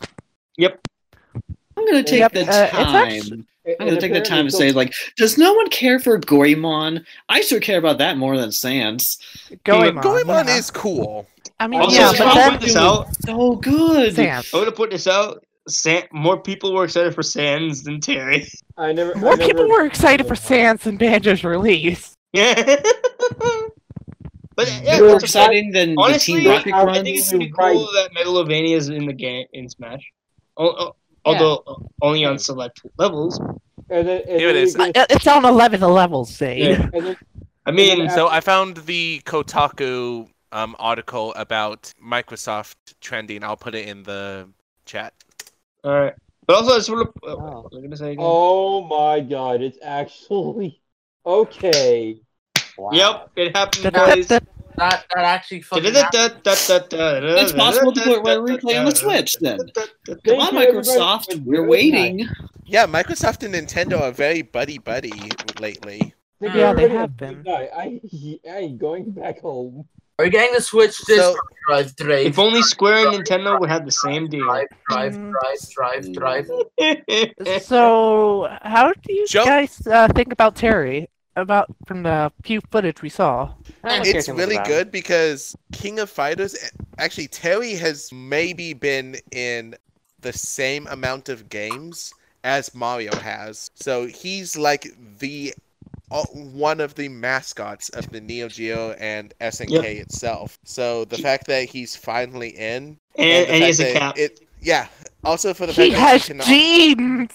S9: I'm gonna take
S8: Yep,
S9: the
S8: uh, it's
S9: time.
S8: actually-
S9: I'm gonna take the time to say, like, does no one care for Goemon? I sure care about that more than Sans.
S8: Goemon.
S2: Goemon
S8: yeah.
S2: is cool.
S8: I mean,
S4: Also,
S8: yeah,
S4: can
S8: but
S4: I
S8: then
S4: point this out?
S9: So good.
S8: Sans.
S4: I want to point this out. San- more people were excited for Sans than Terry.
S6: I never. I
S8: More
S6: never-
S8: people were excited for Sans and Banjo's release.
S4: Yeah. but yeah,
S9: More
S4: it's a-
S9: exciting than
S4: honestly,
S9: the Team Rocket
S6: I- I
S4: I
S9: run.
S4: think it's
S6: You're
S4: pretty
S6: right.
S4: cool that Megalovania is in the game in Smash. Al- al- Although uh, only on select levels.
S6: And then, and
S2: Here
S6: then
S2: it
S6: you
S2: is.
S6: get-
S8: I- uh, It's on 11 levels, Zane.
S4: Yeah.
S6: and then-
S4: I mean,
S2: So I found the Kotaku um, article about Microsoft trending. I'll put it in the chat.
S4: all right. But also, I just want to.
S7: Wow.
S4: Oh, was I gonna say again?
S6: oh my god, it's actually okay.
S5: Wow.
S4: Yep, it happened, boys.
S8: Da-da-da-da.
S3: That that actually fucking happened.
S4: It's
S9: It's possible to put Rare Replay on the Switch then. Come on,
S6: Thank you, everybody, for
S9: Microsoft. We're
S6: doing
S9: waiting.
S2: Yeah, Microsoft and Nintendo are very buddy buddy lately.
S6: that. Thank
S3: Yeah,
S8: they
S6: everybody
S8: have
S6: for
S8: been.
S6: doing that. I, I ain't going back home.
S3: Are you getting the Switch this
S2: So-
S3: drive, Drake?
S4: If only Square and Nintendo would have the same deal.
S3: drive, drive,
S8: Mm.
S3: drive, drive, drive.
S8: So, how do you
S2: Joe-
S8: guys uh, think about Terry? About from the few footage we saw.
S5: I don't care
S2: It's
S5: too much
S2: really
S5: about it.
S2: good because King of Fighters actually Terry has maybe been in the same amount of games as Mario has. So he's like the uh, one of the mascots of the Neo Geo and SNK itself. So the fact that he's finally in
S4: and
S2: the
S4: and he has
S2: fact
S4: a
S2: that
S4: cap.
S2: It, yeah. Also for the
S8: He
S2: fact
S8: has
S2: that he can
S8: jeans!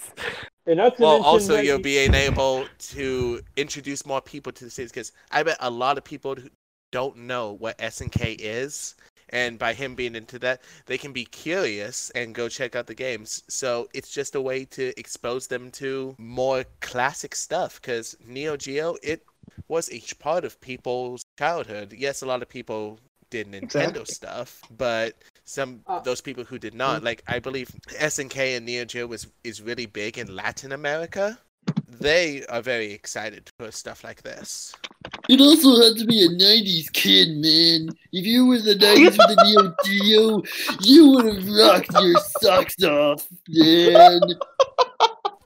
S6: And not to
S2: well,
S6: mention
S2: also
S6: that
S2: you'll
S6: he-
S2: be able to introduce more people to the series because I bet a lot of people who don't know what SNK is, and by him being into that, they can be curious and go check out the games. So it's just a way to expose them to more classic stuff because Neo Geo it was a huge part of people's childhood. Yes, a lot of people did Nintendo
S4: Exactly.
S2: stuff, but some
S6: Uh,
S2: those people who did not like i believe snk and neo geo was is really big in latin america they are very excited for stuff like this
S9: It also had to be a 90s kid, man. If you were the 90s with the Neo Geo, you would have rocked your socks off, man.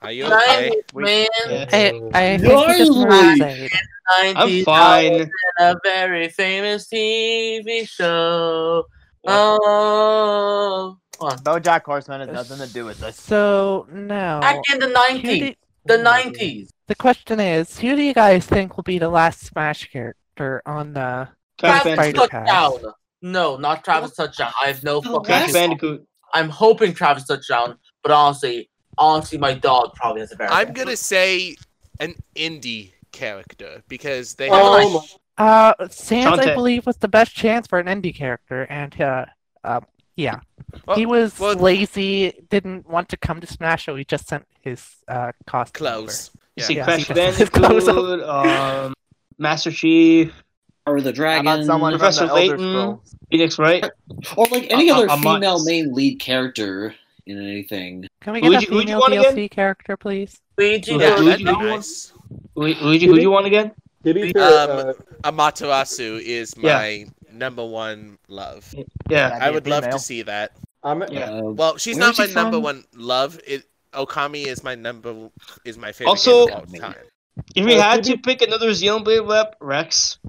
S2: are you okay
S3: Nineties, man.
S8: I, I think he
S9: Gnarly!
S8: just not Zane.
S4: I'm
S3: Nineties.
S4: fine.
S3: A very famous TV show. Oh, come on.
S7: BoJack Horseman has nothing to do with this.
S8: So, no.
S3: back in the
S8: Who
S3: nineties.
S8: do-
S3: The nineties.
S8: The question is, who do you guys think will be the last Smash character on the? That's
S4: Crash
S3: Travis
S8: Spider
S4: Bandicoot.
S8: like-
S3: Touchdown. No, not Travis Touchdown. I have no
S9: Oh,
S4: Crash
S9: Crash-
S3: fucking.
S4: Bandicoot.
S3: I'm hoping Travis Touchdown, but honestly, honestly, my dog probably has a very.
S2: i'm gonna say an indie character because they
S9: Oh
S2: have
S8: Uh, Sans, I
S4: Shantae.
S8: believe, was the best chance for an indie character, and uh, um, yeah,
S2: Well-
S8: he was
S2: well-
S8: lazy, didn't want to come to Smash, so he just sent his uh costume over.
S2: clothes
S4: You see
S2: Yeah.
S4: Crash
S8: Yeah. His clothes up.
S4: Bandicoot, um, Master Chief, uh,
S9: Or the
S7: How
S9: dragon.
S7: about someone from
S4: Professor
S7: the Elder
S4: Layton.
S7: Scrolls?
S4: Phoenix Uh, Wright.
S9: Or like any
S4: A- a-
S9: other
S4: a month.
S9: female main lead character in anything.
S8: Can we get
S4: Who'd
S8: a
S4: you- who'd you
S8: female
S4: want
S8: DLC
S4: again?
S8: character, please?
S3: Luigi
S4: Yeah,
S2: yeah,
S3: Del-
S2: that'd
S4: Luigi
S2: be
S4: Del-
S2: nice.
S4: Lu- Luigi, who you want again?
S6: To be
S3: Um,
S6: fair, uh,
S2: Amaterasu is
S4: Yeah.
S2: my number one love.
S4: Yeah.
S7: That'd
S2: I
S7: be a
S2: would love to
S7: female.
S2: see that.
S6: I'm
S4: Yeah.
S9: Uh,
S2: Well, she's
S9: Where
S2: not
S9: is
S2: my
S9: she
S2: number
S9: from?
S2: one love. It Okami is my number is my favorite
S4: Also-
S2: game of all time.
S4: If we
S6: Uh,
S4: had
S6: to
S4: to pick another Xenoblade rep, Rex.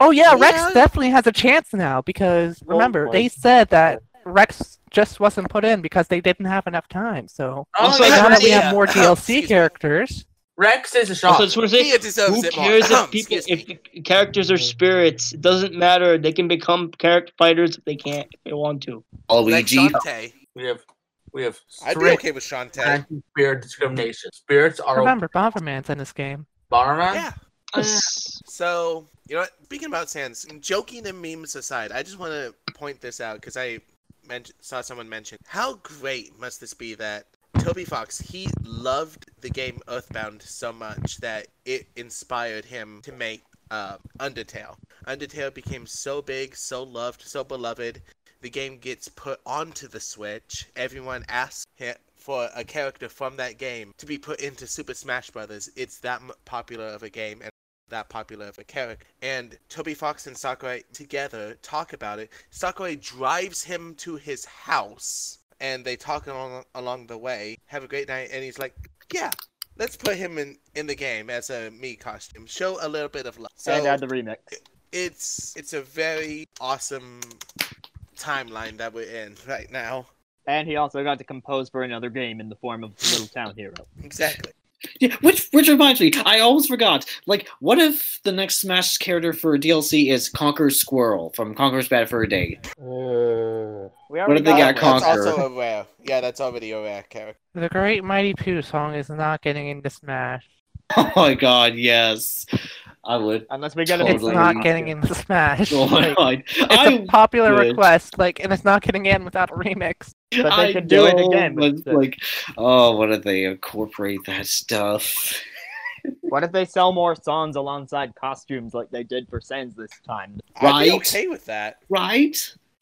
S8: Oh yeah, Rex
S2: Yeah.
S8: definitely has a chance now because
S6: Oh
S8: remember
S6: my
S8: they said that Rex just wasn't put in because they didn't have enough time. So
S4: Also,
S3: Oh,
S4: I
S3: yeah,
S8: now that we
S2: yeah.
S8: have more
S2: Excuse
S8: DLC
S2: me.
S8: characters,
S3: Rex is a
S4: Also, I
S3: shot.
S4: just want to say,
S2: Mia deserves
S4: who
S2: it more.
S4: cares if people,
S2: Excuse
S4: if
S2: me.
S4: the characters are spirits? It doesn't matter. They can become character fighters if they can't, if they want to.
S2: Like
S9: Luigi.
S2: Shantae.
S3: We have we have
S2: I'd be
S3: strict
S2: okay with Shantae.
S3: anti-spirit discrimination. Spirits are
S8: remember Bomberman's in this game.
S3: Bomberman.
S2: Yeah.
S4: Us.
S2: So You know, what? speaking about Sans, joking and memes aside, I just want to point this out because I men- saw someone mention how great must this be that Toby Fox he loved the game Earthbound so much that it inspired him to make uh, Undertale. Undertale became so big, so loved, so beloved. The game gets put onto the Switch. Everyone asks him for a character from that game to be put into Super Smash Brothers. It's that m- popular of a game and that popular of a character. And Toby Fox and Sakurai together talk about it. Sakurai drives him to his house, and they talk along along the way. Have a great night, and he's like, "Yeah, let's put him in in the game as a me costume. Show a little bit of love." So
S7: and add the remix.
S2: it's it's a very awesome timeline that we're in right now.
S7: And he also got to compose for another game in the form of Little Town Hero.
S2: Exactly.
S9: Yeah, which which reminds me, I almost forgot. Like, what if the next Smash character for DLC is Conquer Squirrel from Conquer's Bad Fur Day?
S6: Uh,
S7: We
S9: What if they got
S2: That's
S9: Conquer?
S2: also a rare. Yeah, that's already a rare character.
S8: The Great Mighty Pooh song is not getting into Smash.
S9: Oh my god, yes, I would.
S7: Unless we get a
S9: Totally.
S8: It's not getting into Smash.
S9: Oh my
S8: Like,
S9: god,
S8: it's a
S9: I
S8: popular
S9: would.
S8: request, like, and it's not getting in without a remix.
S7: but they
S9: I
S7: could do it
S9: know,
S7: again with
S9: but,
S7: the-
S9: like, oh, what if they incorporate that stuff?
S7: What if they sell more songs alongside costumes like they did for Sans this time?
S2: I'd be
S9: Right.
S2: okay with that.
S9: Right?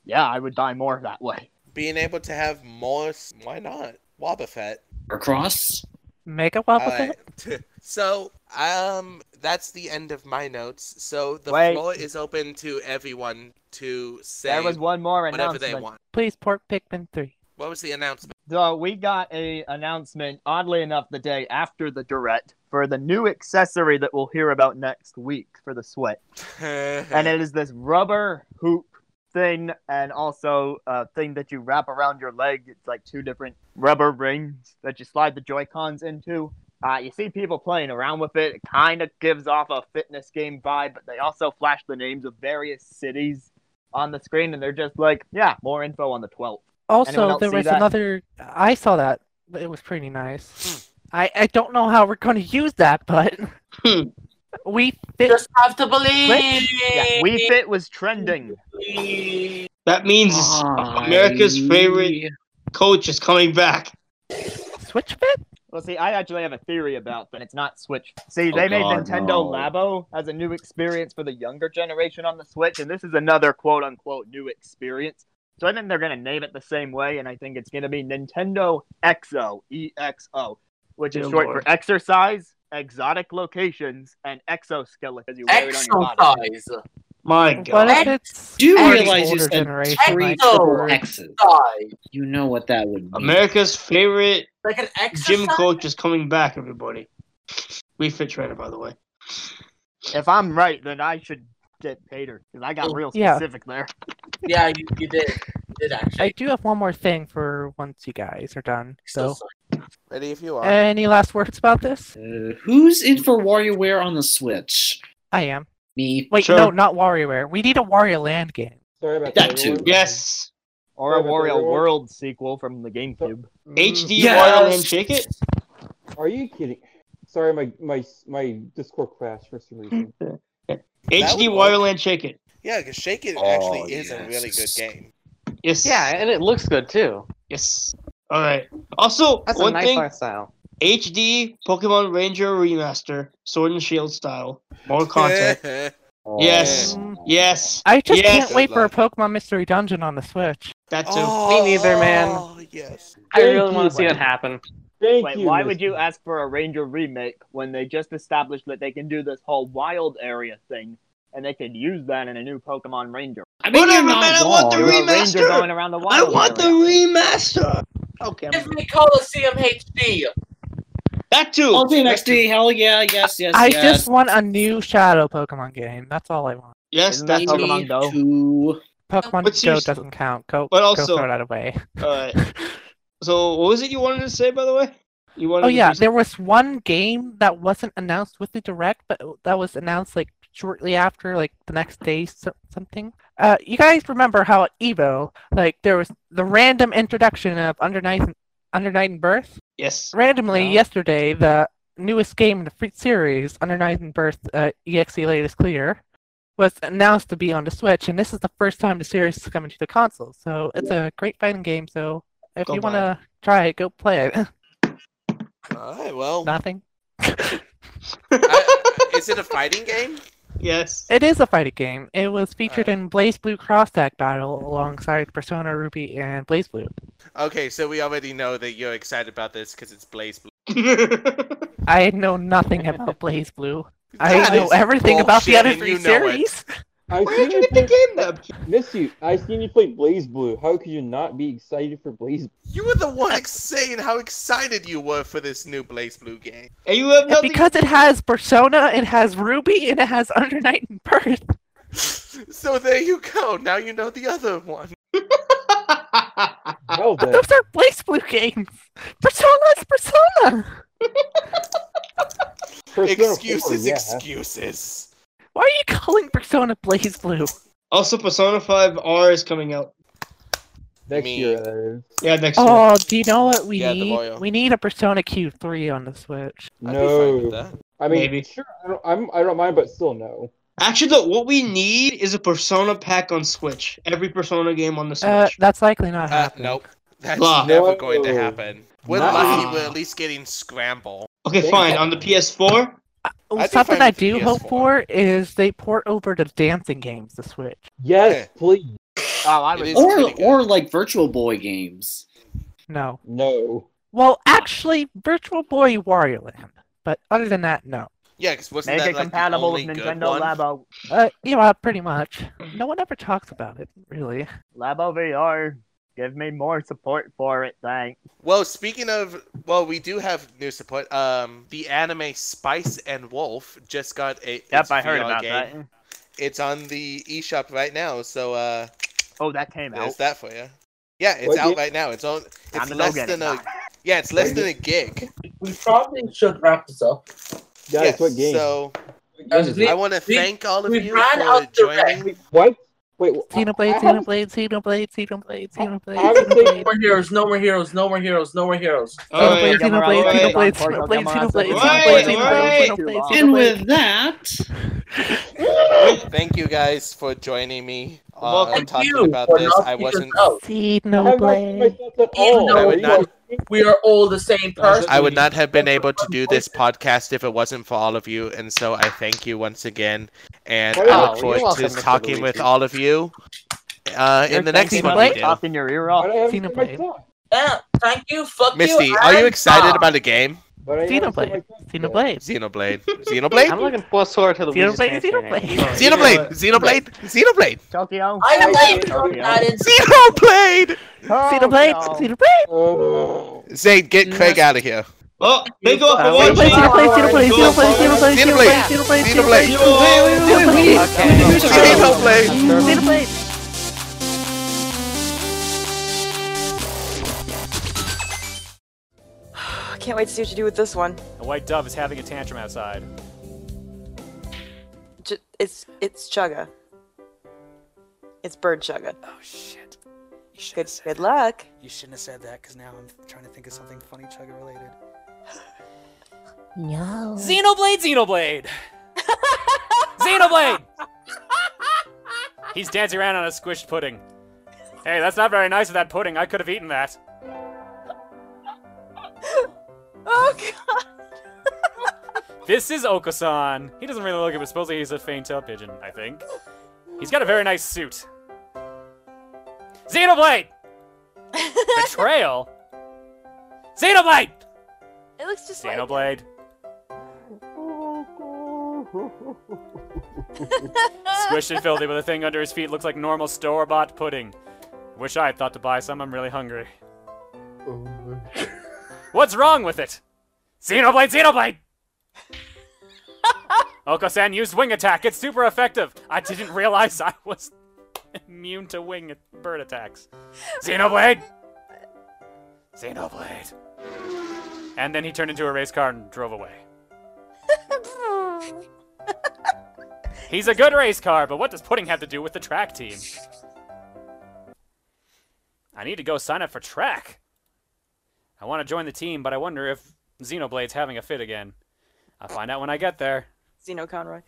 S7: Yeah, I would buy more that way.
S2: Being able to have more, s- why not? Wobbuffet.
S9: Or cross?
S8: Make a wobble.
S2: Alright. so, um, that's the end of my notes. So the
S7: Wait.
S2: floor is open to everyone to say
S7: There was one more
S2: whatever they
S7: announcement.
S2: want.
S8: Please port Pikmin 3.
S2: What was the announcement?
S7: So we got a announcement, oddly enough, the day after the direct for the new accessory that we'll hear about next week for the Switch, and it is this rubber hoop thing, and also a thing that you wrap around your leg. It's like two different rubber rings that you slide the Joy Cons into. Uh, you see people playing around with it. It kind of gives off a fitness game vibe, but they also flash the names of various cities on the screen, and they're just like, yeah, more info on the 12th.
S8: Also,
S7: else
S8: there
S7: see
S8: was
S7: that?
S8: another. I saw that. It was pretty nice. I, I don't know how we're going to use that, but
S4: Hmm.
S8: we
S3: You
S8: fit
S3: just have to believe.
S7: Yeah, Wii Fit was trending.
S4: That means
S9: Ah.
S4: America's favorite coach is coming back.
S8: Switch fit.
S7: Well, see, I actually have a theory about that. It's not Switch. See, they
S9: Oh,
S7: made
S9: God,
S7: Nintendo
S9: no.
S7: Labo as a new experience for the younger generation on the Switch, and this is another quote unquote new experience. So I think they're going to name it the same way, and I think it's going to be Nintendo EXO, EXO, which is
S4: Dear
S7: short
S4: Lord.
S7: for exercise, exotic locations, and exoskeleton because you wear it on your body.
S3: Exercise.
S4: My
S8: What
S4: God,
S8: if
S3: What?
S8: it's
S9: Do you
S8: an
S9: realize you
S8: older
S9: said
S8: generation,
S9: three
S8: like,
S9: double
S8: or-
S9: X's?
S3: Exercise.
S9: You know what that would be.
S4: America's favorite
S3: Like an exercise.
S4: gym coach is coming back. Everybody, we fit trainer, by the way.
S7: If I'm right, then I should get Pater because I got real
S8: Yeah.
S7: specific there.
S3: Yeah, you, you did. You did actually.
S8: I do have one more thing for once you guys are done. So,
S2: Ready if you are.
S8: any last words about this?
S9: Uh, who's in for WarioWare on the Switch?
S8: I am.
S9: Me.
S8: Wait,
S4: Sure.
S8: no, not WarioWare. We need a Wario Land game.
S6: sorry about
S9: That
S6: that.
S9: too.
S6: everyone.
S4: Yes,
S7: Or a
S6: Yeah, but the
S7: Wario
S6: real-
S7: World sequel from the GameCube.
S6: Mm,
S4: HD
S9: Yes.
S4: Wario and Shake It.
S6: Are you kidding? Sorry, my my my Discord crashed for some reason.
S4: HD
S2: would work.
S4: Wireland Shake It.
S2: Yeah, because Shake It
S9: Oh,
S2: actually is a really good
S9: yes.
S2: game.
S4: Yes.
S5: Yeah, and it looks good too.
S4: Yes. All right. Also,
S5: That's
S4: one
S5: a nice
S4: thing:
S5: art style.
S4: HD Pokemon Ranger Remaster, Sword and Shield style, more content. Yes.
S9: Oh.
S4: yes,
S8: I just
S4: Yes.
S8: can't wait
S2: Good
S8: for a Pokemon Mystery Dungeon on the Switch.
S4: that too.
S2: Oh,
S5: neither, man.
S2: Yes.
S5: I
S6: Thank
S5: really
S6: you,
S5: want to see that
S6: Wendy.
S5: happen.
S6: Thank
S7: Wait,
S6: you.
S7: why
S6: Mr.
S7: would you ask for a Ranger remake when they just established that they can do this whole wild area thing and they could use that in a new Pokemon Ranger?
S9: I mean,
S4: Whatever,
S9: you're not
S4: man, I
S9: wrong.
S4: want the
S7: You're a
S4: Remaster!
S7: Ranger going around the
S4: I
S7: wild
S4: want the
S7: area.
S4: remaster. Okay,
S3: Give me Coliseum HD.
S4: that too.
S9: I'll do
S4: That
S9: next
S4: too.
S9: day. Hell yeah, yes, yes,
S8: I
S9: yes.
S8: just want a new Shadow Pokemon game. That's all I want.
S4: Yes,
S7: Isn't
S4: that
S7: that
S4: too.
S7: Pokemon Go?
S9: Two.
S8: Pokemon
S4: But
S8: Go
S4: seriously-
S8: doesn't count. Go,
S4: but
S8: go
S4: also-
S8: throw that away.
S4: Alright. So, what was it you wanted to say, by the way? You wanted
S8: Oh
S4: to
S8: yeah,
S4: do-
S8: there was one game that wasn't announced with the direct, but that was announced like shortly after, like the next day, so- something. Uh, you guys remember how at Evo, like there was the random introduction of Under Night, Under Night and Birth.
S4: yes.
S8: Randomly
S5: Yeah.
S8: E yesterday, the newest game in the free series, Under Night and Birth uh, EXE Latest Clear, was announced to be on the Switch, and this is the first time the series is coming to the console. So it's a great fighting game. So if
S4: Go
S8: you
S4: buy
S8: want to try it, go play it.
S2: All right, well,
S8: Nothing.
S2: I- is it a fighting game?
S4: Yes.
S8: It is a fighting game. It was featured in Blaze Blue Cross Tag Battle alongside Persona Ruby and Blaze Blue.
S2: Okay, so we already know that you're excited about this because it's Blaze Blue.
S8: I know nothing about Blaze Blue. I
S2: That
S8: know
S2: is
S8: everything about the
S2: bullshit,
S8: other
S2: and
S8: three
S2: you know it.
S8: series.
S6: I
S4: Where did
S6: seen
S4: you
S6: you
S4: get the
S6: play,
S4: game then?
S6: miss you. I seen you play Blaze Blue. How could you not be excited for Blaze?
S2: You were the one ex- saying how excited you were for this new Blaze Blue game.
S4: And you have
S8: And
S4: nothing.
S8: because it has Persona, it has Ruby, and it has Under Night and Birth.
S2: So there you go. Now you know the other one.
S6: Well
S8: But
S6: then,
S8: those are Blaze Blue games. Persona is Persona.
S6: Persona 4,
S2: Excuses,
S6: yeah.
S2: excuses.
S8: Why are you calling Persona Blaze Blue?
S4: also, Persona 5 R is coming out.
S6: Next
S2: Me.
S6: year, that is.
S4: Yeah, next year.
S8: Oh, do you know what we
S2: Yeah, the
S8: need?
S2: Mario.
S8: We need a Persona Q3 on the Switch.
S2: I'd be fine with
S6: No,
S2: that.
S6: I mean,
S4: Maybe.
S6: sure, I don't, I'm, I don't mind, but still no.
S4: Actually, though, what we need is a Persona pack on Switch. Every Persona game on the Switch.
S8: Uh, that's likely not
S2: Uh,
S8: happening.
S2: nope. That's
S4: Blah.
S2: never going to
S6: No.
S2: happen. We're
S6: Nah.
S2: lucky we're at least getting Scramble.
S4: okay,
S6: dang
S4: fine.
S6: it.
S4: On the PS4,
S8: Oh,
S2: I'd be
S8: Something
S2: fine
S8: I
S2: with the
S8: do hope
S2: PS4.
S8: for is they port over the dancing games to Switch.
S6: Yes, please.
S7: Oh, I
S2: It
S7: was
S2: is-
S7: oh,
S2: pretty
S9: Or
S2: good.
S9: or like Virtual Boy games.
S8: No.
S6: No.
S8: Well, actually, Virtual Boy Wario Land. But other than that, no.
S2: Yeah, because wasn't
S7: make
S2: that
S7: it
S2: like
S7: compatible
S2: the only
S7: with Nintendo
S2: good one?
S7: Labo,
S8: Uh, yeah, pretty much. No one ever talks about it, really.
S7: Labo VR. Give me more support for it, thanks.
S2: Well, speaking of, well, we do have new support. Um, the anime Spice and Wolf just got a.
S7: Yep,
S2: its
S7: I heard
S2: VR
S7: about
S2: game.
S7: that.
S2: It's on the eShop right now, so uh,
S7: Oh, that came out.
S2: there's that for you. Yeah, it's
S6: What
S2: out
S6: game?
S2: right now. It's on.
S7: Time
S2: It's
S7: to go
S2: less
S7: get
S2: than
S7: it.
S2: a. Yeah, it's less than a gig.
S3: We probably should wrap this up.
S6: Guys,
S2: yes.
S6: what game?
S2: So
S3: As
S9: Games
S3: we-
S2: I want to
S3: we-
S2: thank all of
S3: we
S2: you
S3: ran
S2: for
S3: out the
S2: joining.
S6: What? Wait, wh-
S8: Xenoblade,
S6: I haven't- Oh,
S8: Xenoblade, Xenoblade, Xenoblade, Xenoblade,
S6: I haven't
S8: Xenoblade.
S6: seen-
S3: No more heroes, no more heroes, no more heroes, no more heroes.
S4: alright.
S8: Xenoblade, Xenoblade, Xenoblade, Xenoblade, Xenoblade,
S4: Right,
S8: Xenoblade,
S4: right.
S8: Xenoblade,
S9: And
S8: Xenoblade.
S9: with that,
S2: Thank you guys for joining me uh, on
S4: Welcome.
S3: Thank
S2: talking
S3: you
S2: about
S3: for
S2: this.
S3: not
S2: I
S3: keeping us
S2: wasn't.
S3: out.
S6: I haven't watched
S8: Xenoblade.
S6: myself at
S3: Even
S6: all.
S3: though
S2: I
S6: Are
S2: would
S6: you
S2: not-
S6: guys
S3: We are all the same person.
S2: I would not have been able to do this podcast if it wasn't for all of you, and so I thank you once again, and I
S6: Oh,
S2: look
S5: you're
S2: forward
S5: welcome,
S2: to
S5: Mr.
S2: talking
S5: Luigi.
S2: with all of you uh, in the next
S8: thank you,
S2: one. We
S8: Blake.
S2: do.
S7: Talking your ear
S6: But I
S7: off.
S6: haven't
S8: Xenoblade.
S6: seen my son.
S3: Yeah, thank you. Fuck
S2: Misty,
S3: you.
S2: are you
S3: and
S2: excited
S3: bye.
S2: about a game?
S6: But I haven't seen my
S8: Xenoblade,
S6: son.
S8: Xenoblade,
S2: Xenoblade,
S5: I'm
S2: Xenoblade,
S5: looking forward forward to the Luigi's Mansion
S8: Xenoblade,
S5: game.
S8: Xenoblade.
S2: Xenoblade, Xenoblade, Xenoblade,
S7: Tokyo.
S3: I am
S7: Tokyo,
S3: like
S7: Tokyo.
S3: that in
S2: Xenoblade.
S8: Xenoblade,
S7: Tokyo.
S8: Xenoblade,
S6: Ugh.
S2: Zayd, get Craig out of here.
S4: Well, thank you all for
S8: Xenoblade,
S4: watching.
S8: Xenoblade, Xenoblade, Xenoblade,
S2: Xenoblade, Xenoblade,
S8: Xenoblade, Xenoblade,
S2: Xenoblade, Xenoblade.
S8: Xenoblade.
S11: Oh, Can't wait to see what you do with this one.
S12: A white dove is having a tantrum outside.
S11: J- it's it's Chugga. It's Bird Chugga.
S12: Oh shit! You
S11: Good good luck.
S12: You shouldn't have said that because now I'm trying to think of something funny Chugga related.
S8: No.
S12: Xenoblade, Xenoblade, Xenoblade. He's dancing around on a squished pudding. Hey, that's not very nice of that pudding. I could have eaten that.
S11: Oh god.
S12: This is Okasan. He doesn't really look it, but supposedly he's a faint tail pigeon, I think. He's got a very nice suit. Xenoblade! Betrayal? Xenoblade!
S11: It looks just like
S12: Xenoblade. Squished and filthy, but the thing under his feet looks like normal store bought pudding. Wish I had thought to buy some, I'm really hungry. What's wrong with it? Xenoblade, Xenoblade! Okosan used wing attack. It's super effective. I didn't realize I was immune to wing bird attacks. Xenoblade! Xenoblade. And then he turned into a race car and drove away. He's a good race car, but what does pudding have to do with the track team? I need to go sign up for track. I want to join the team, but I wonder if Xenoblade's having a fit again. I'll find out when I get there.
S11: Xeno Conroy.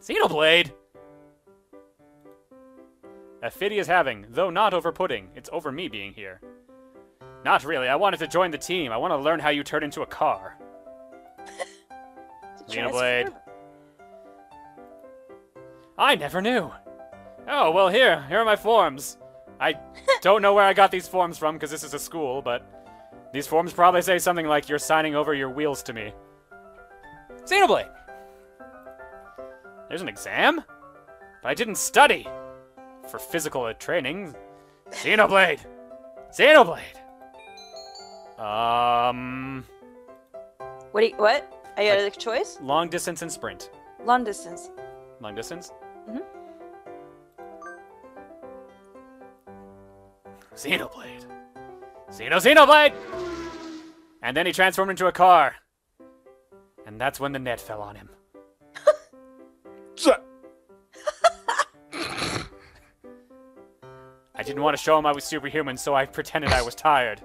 S12: Xenoblade! Ophidia's having, though not over pudding. It's over me being here. Not really. I wanted to join the team. I want to learn how you turn into a car. Xenoblade. I never knew. Oh, well, here. Here are my forms. I don't know where I got these forms from because this is a school, but these forms probably say something like you're signing over your wheels to me. Xenoblade! There's an exam? But I didn't study for physical uh, training. Xenoblade! Xenoblade! Um.
S11: What? Do you, what? I got a choice.
S12: Long distance and sprint.
S11: Long distance.
S12: Long distance?
S11: Mhm.
S12: Xenoblade. Xeno Xenoblade! And then he transformed into a car. And that's when the net fell on him. Tsa- I didn't want to show him I was superhuman, so I pretended I was tired.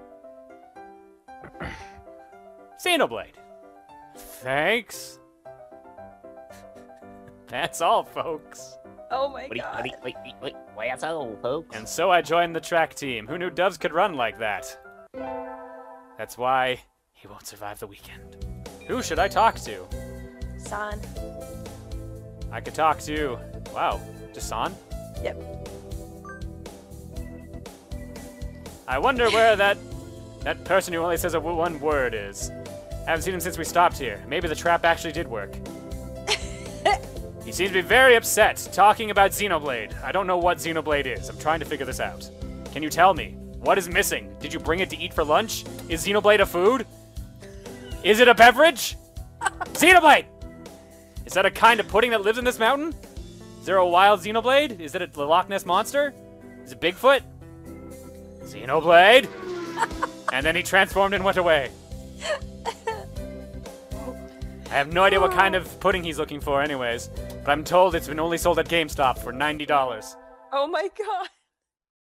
S12: Xenoblade. Thanks. That's all, folks.
S11: Oh my god.
S12: That's all, folks. And so I joined the track team. Who knew doves could run like that? That's why he won't survive the weekend. Who should I talk to?
S11: San.
S12: I could talk to. Wow, Jason?
S11: Yep.
S12: I wonder where that that person who only says a w- one word is. I haven't seen him since we stopped here. Maybe the trap actually did work. he seems to be very upset talking about Xenoblade. I don't know what Xenoblade is. I'm trying to figure this out. Can you tell me what is missing? Did you bring it to eat for lunch? Is Xenoblade a food? Is it a beverage? Xenoblade! Is that a kind of pudding that lives in this mountain? Is there a wild Xenoblade? Is it a Loch Ness monster? Is it Bigfoot? Xenoblade! and then he transformed and went away. I have no idea what kind of pudding he's looking for, anyways, but I'm told it's been only sold at GameStop for $90.
S11: Oh my god.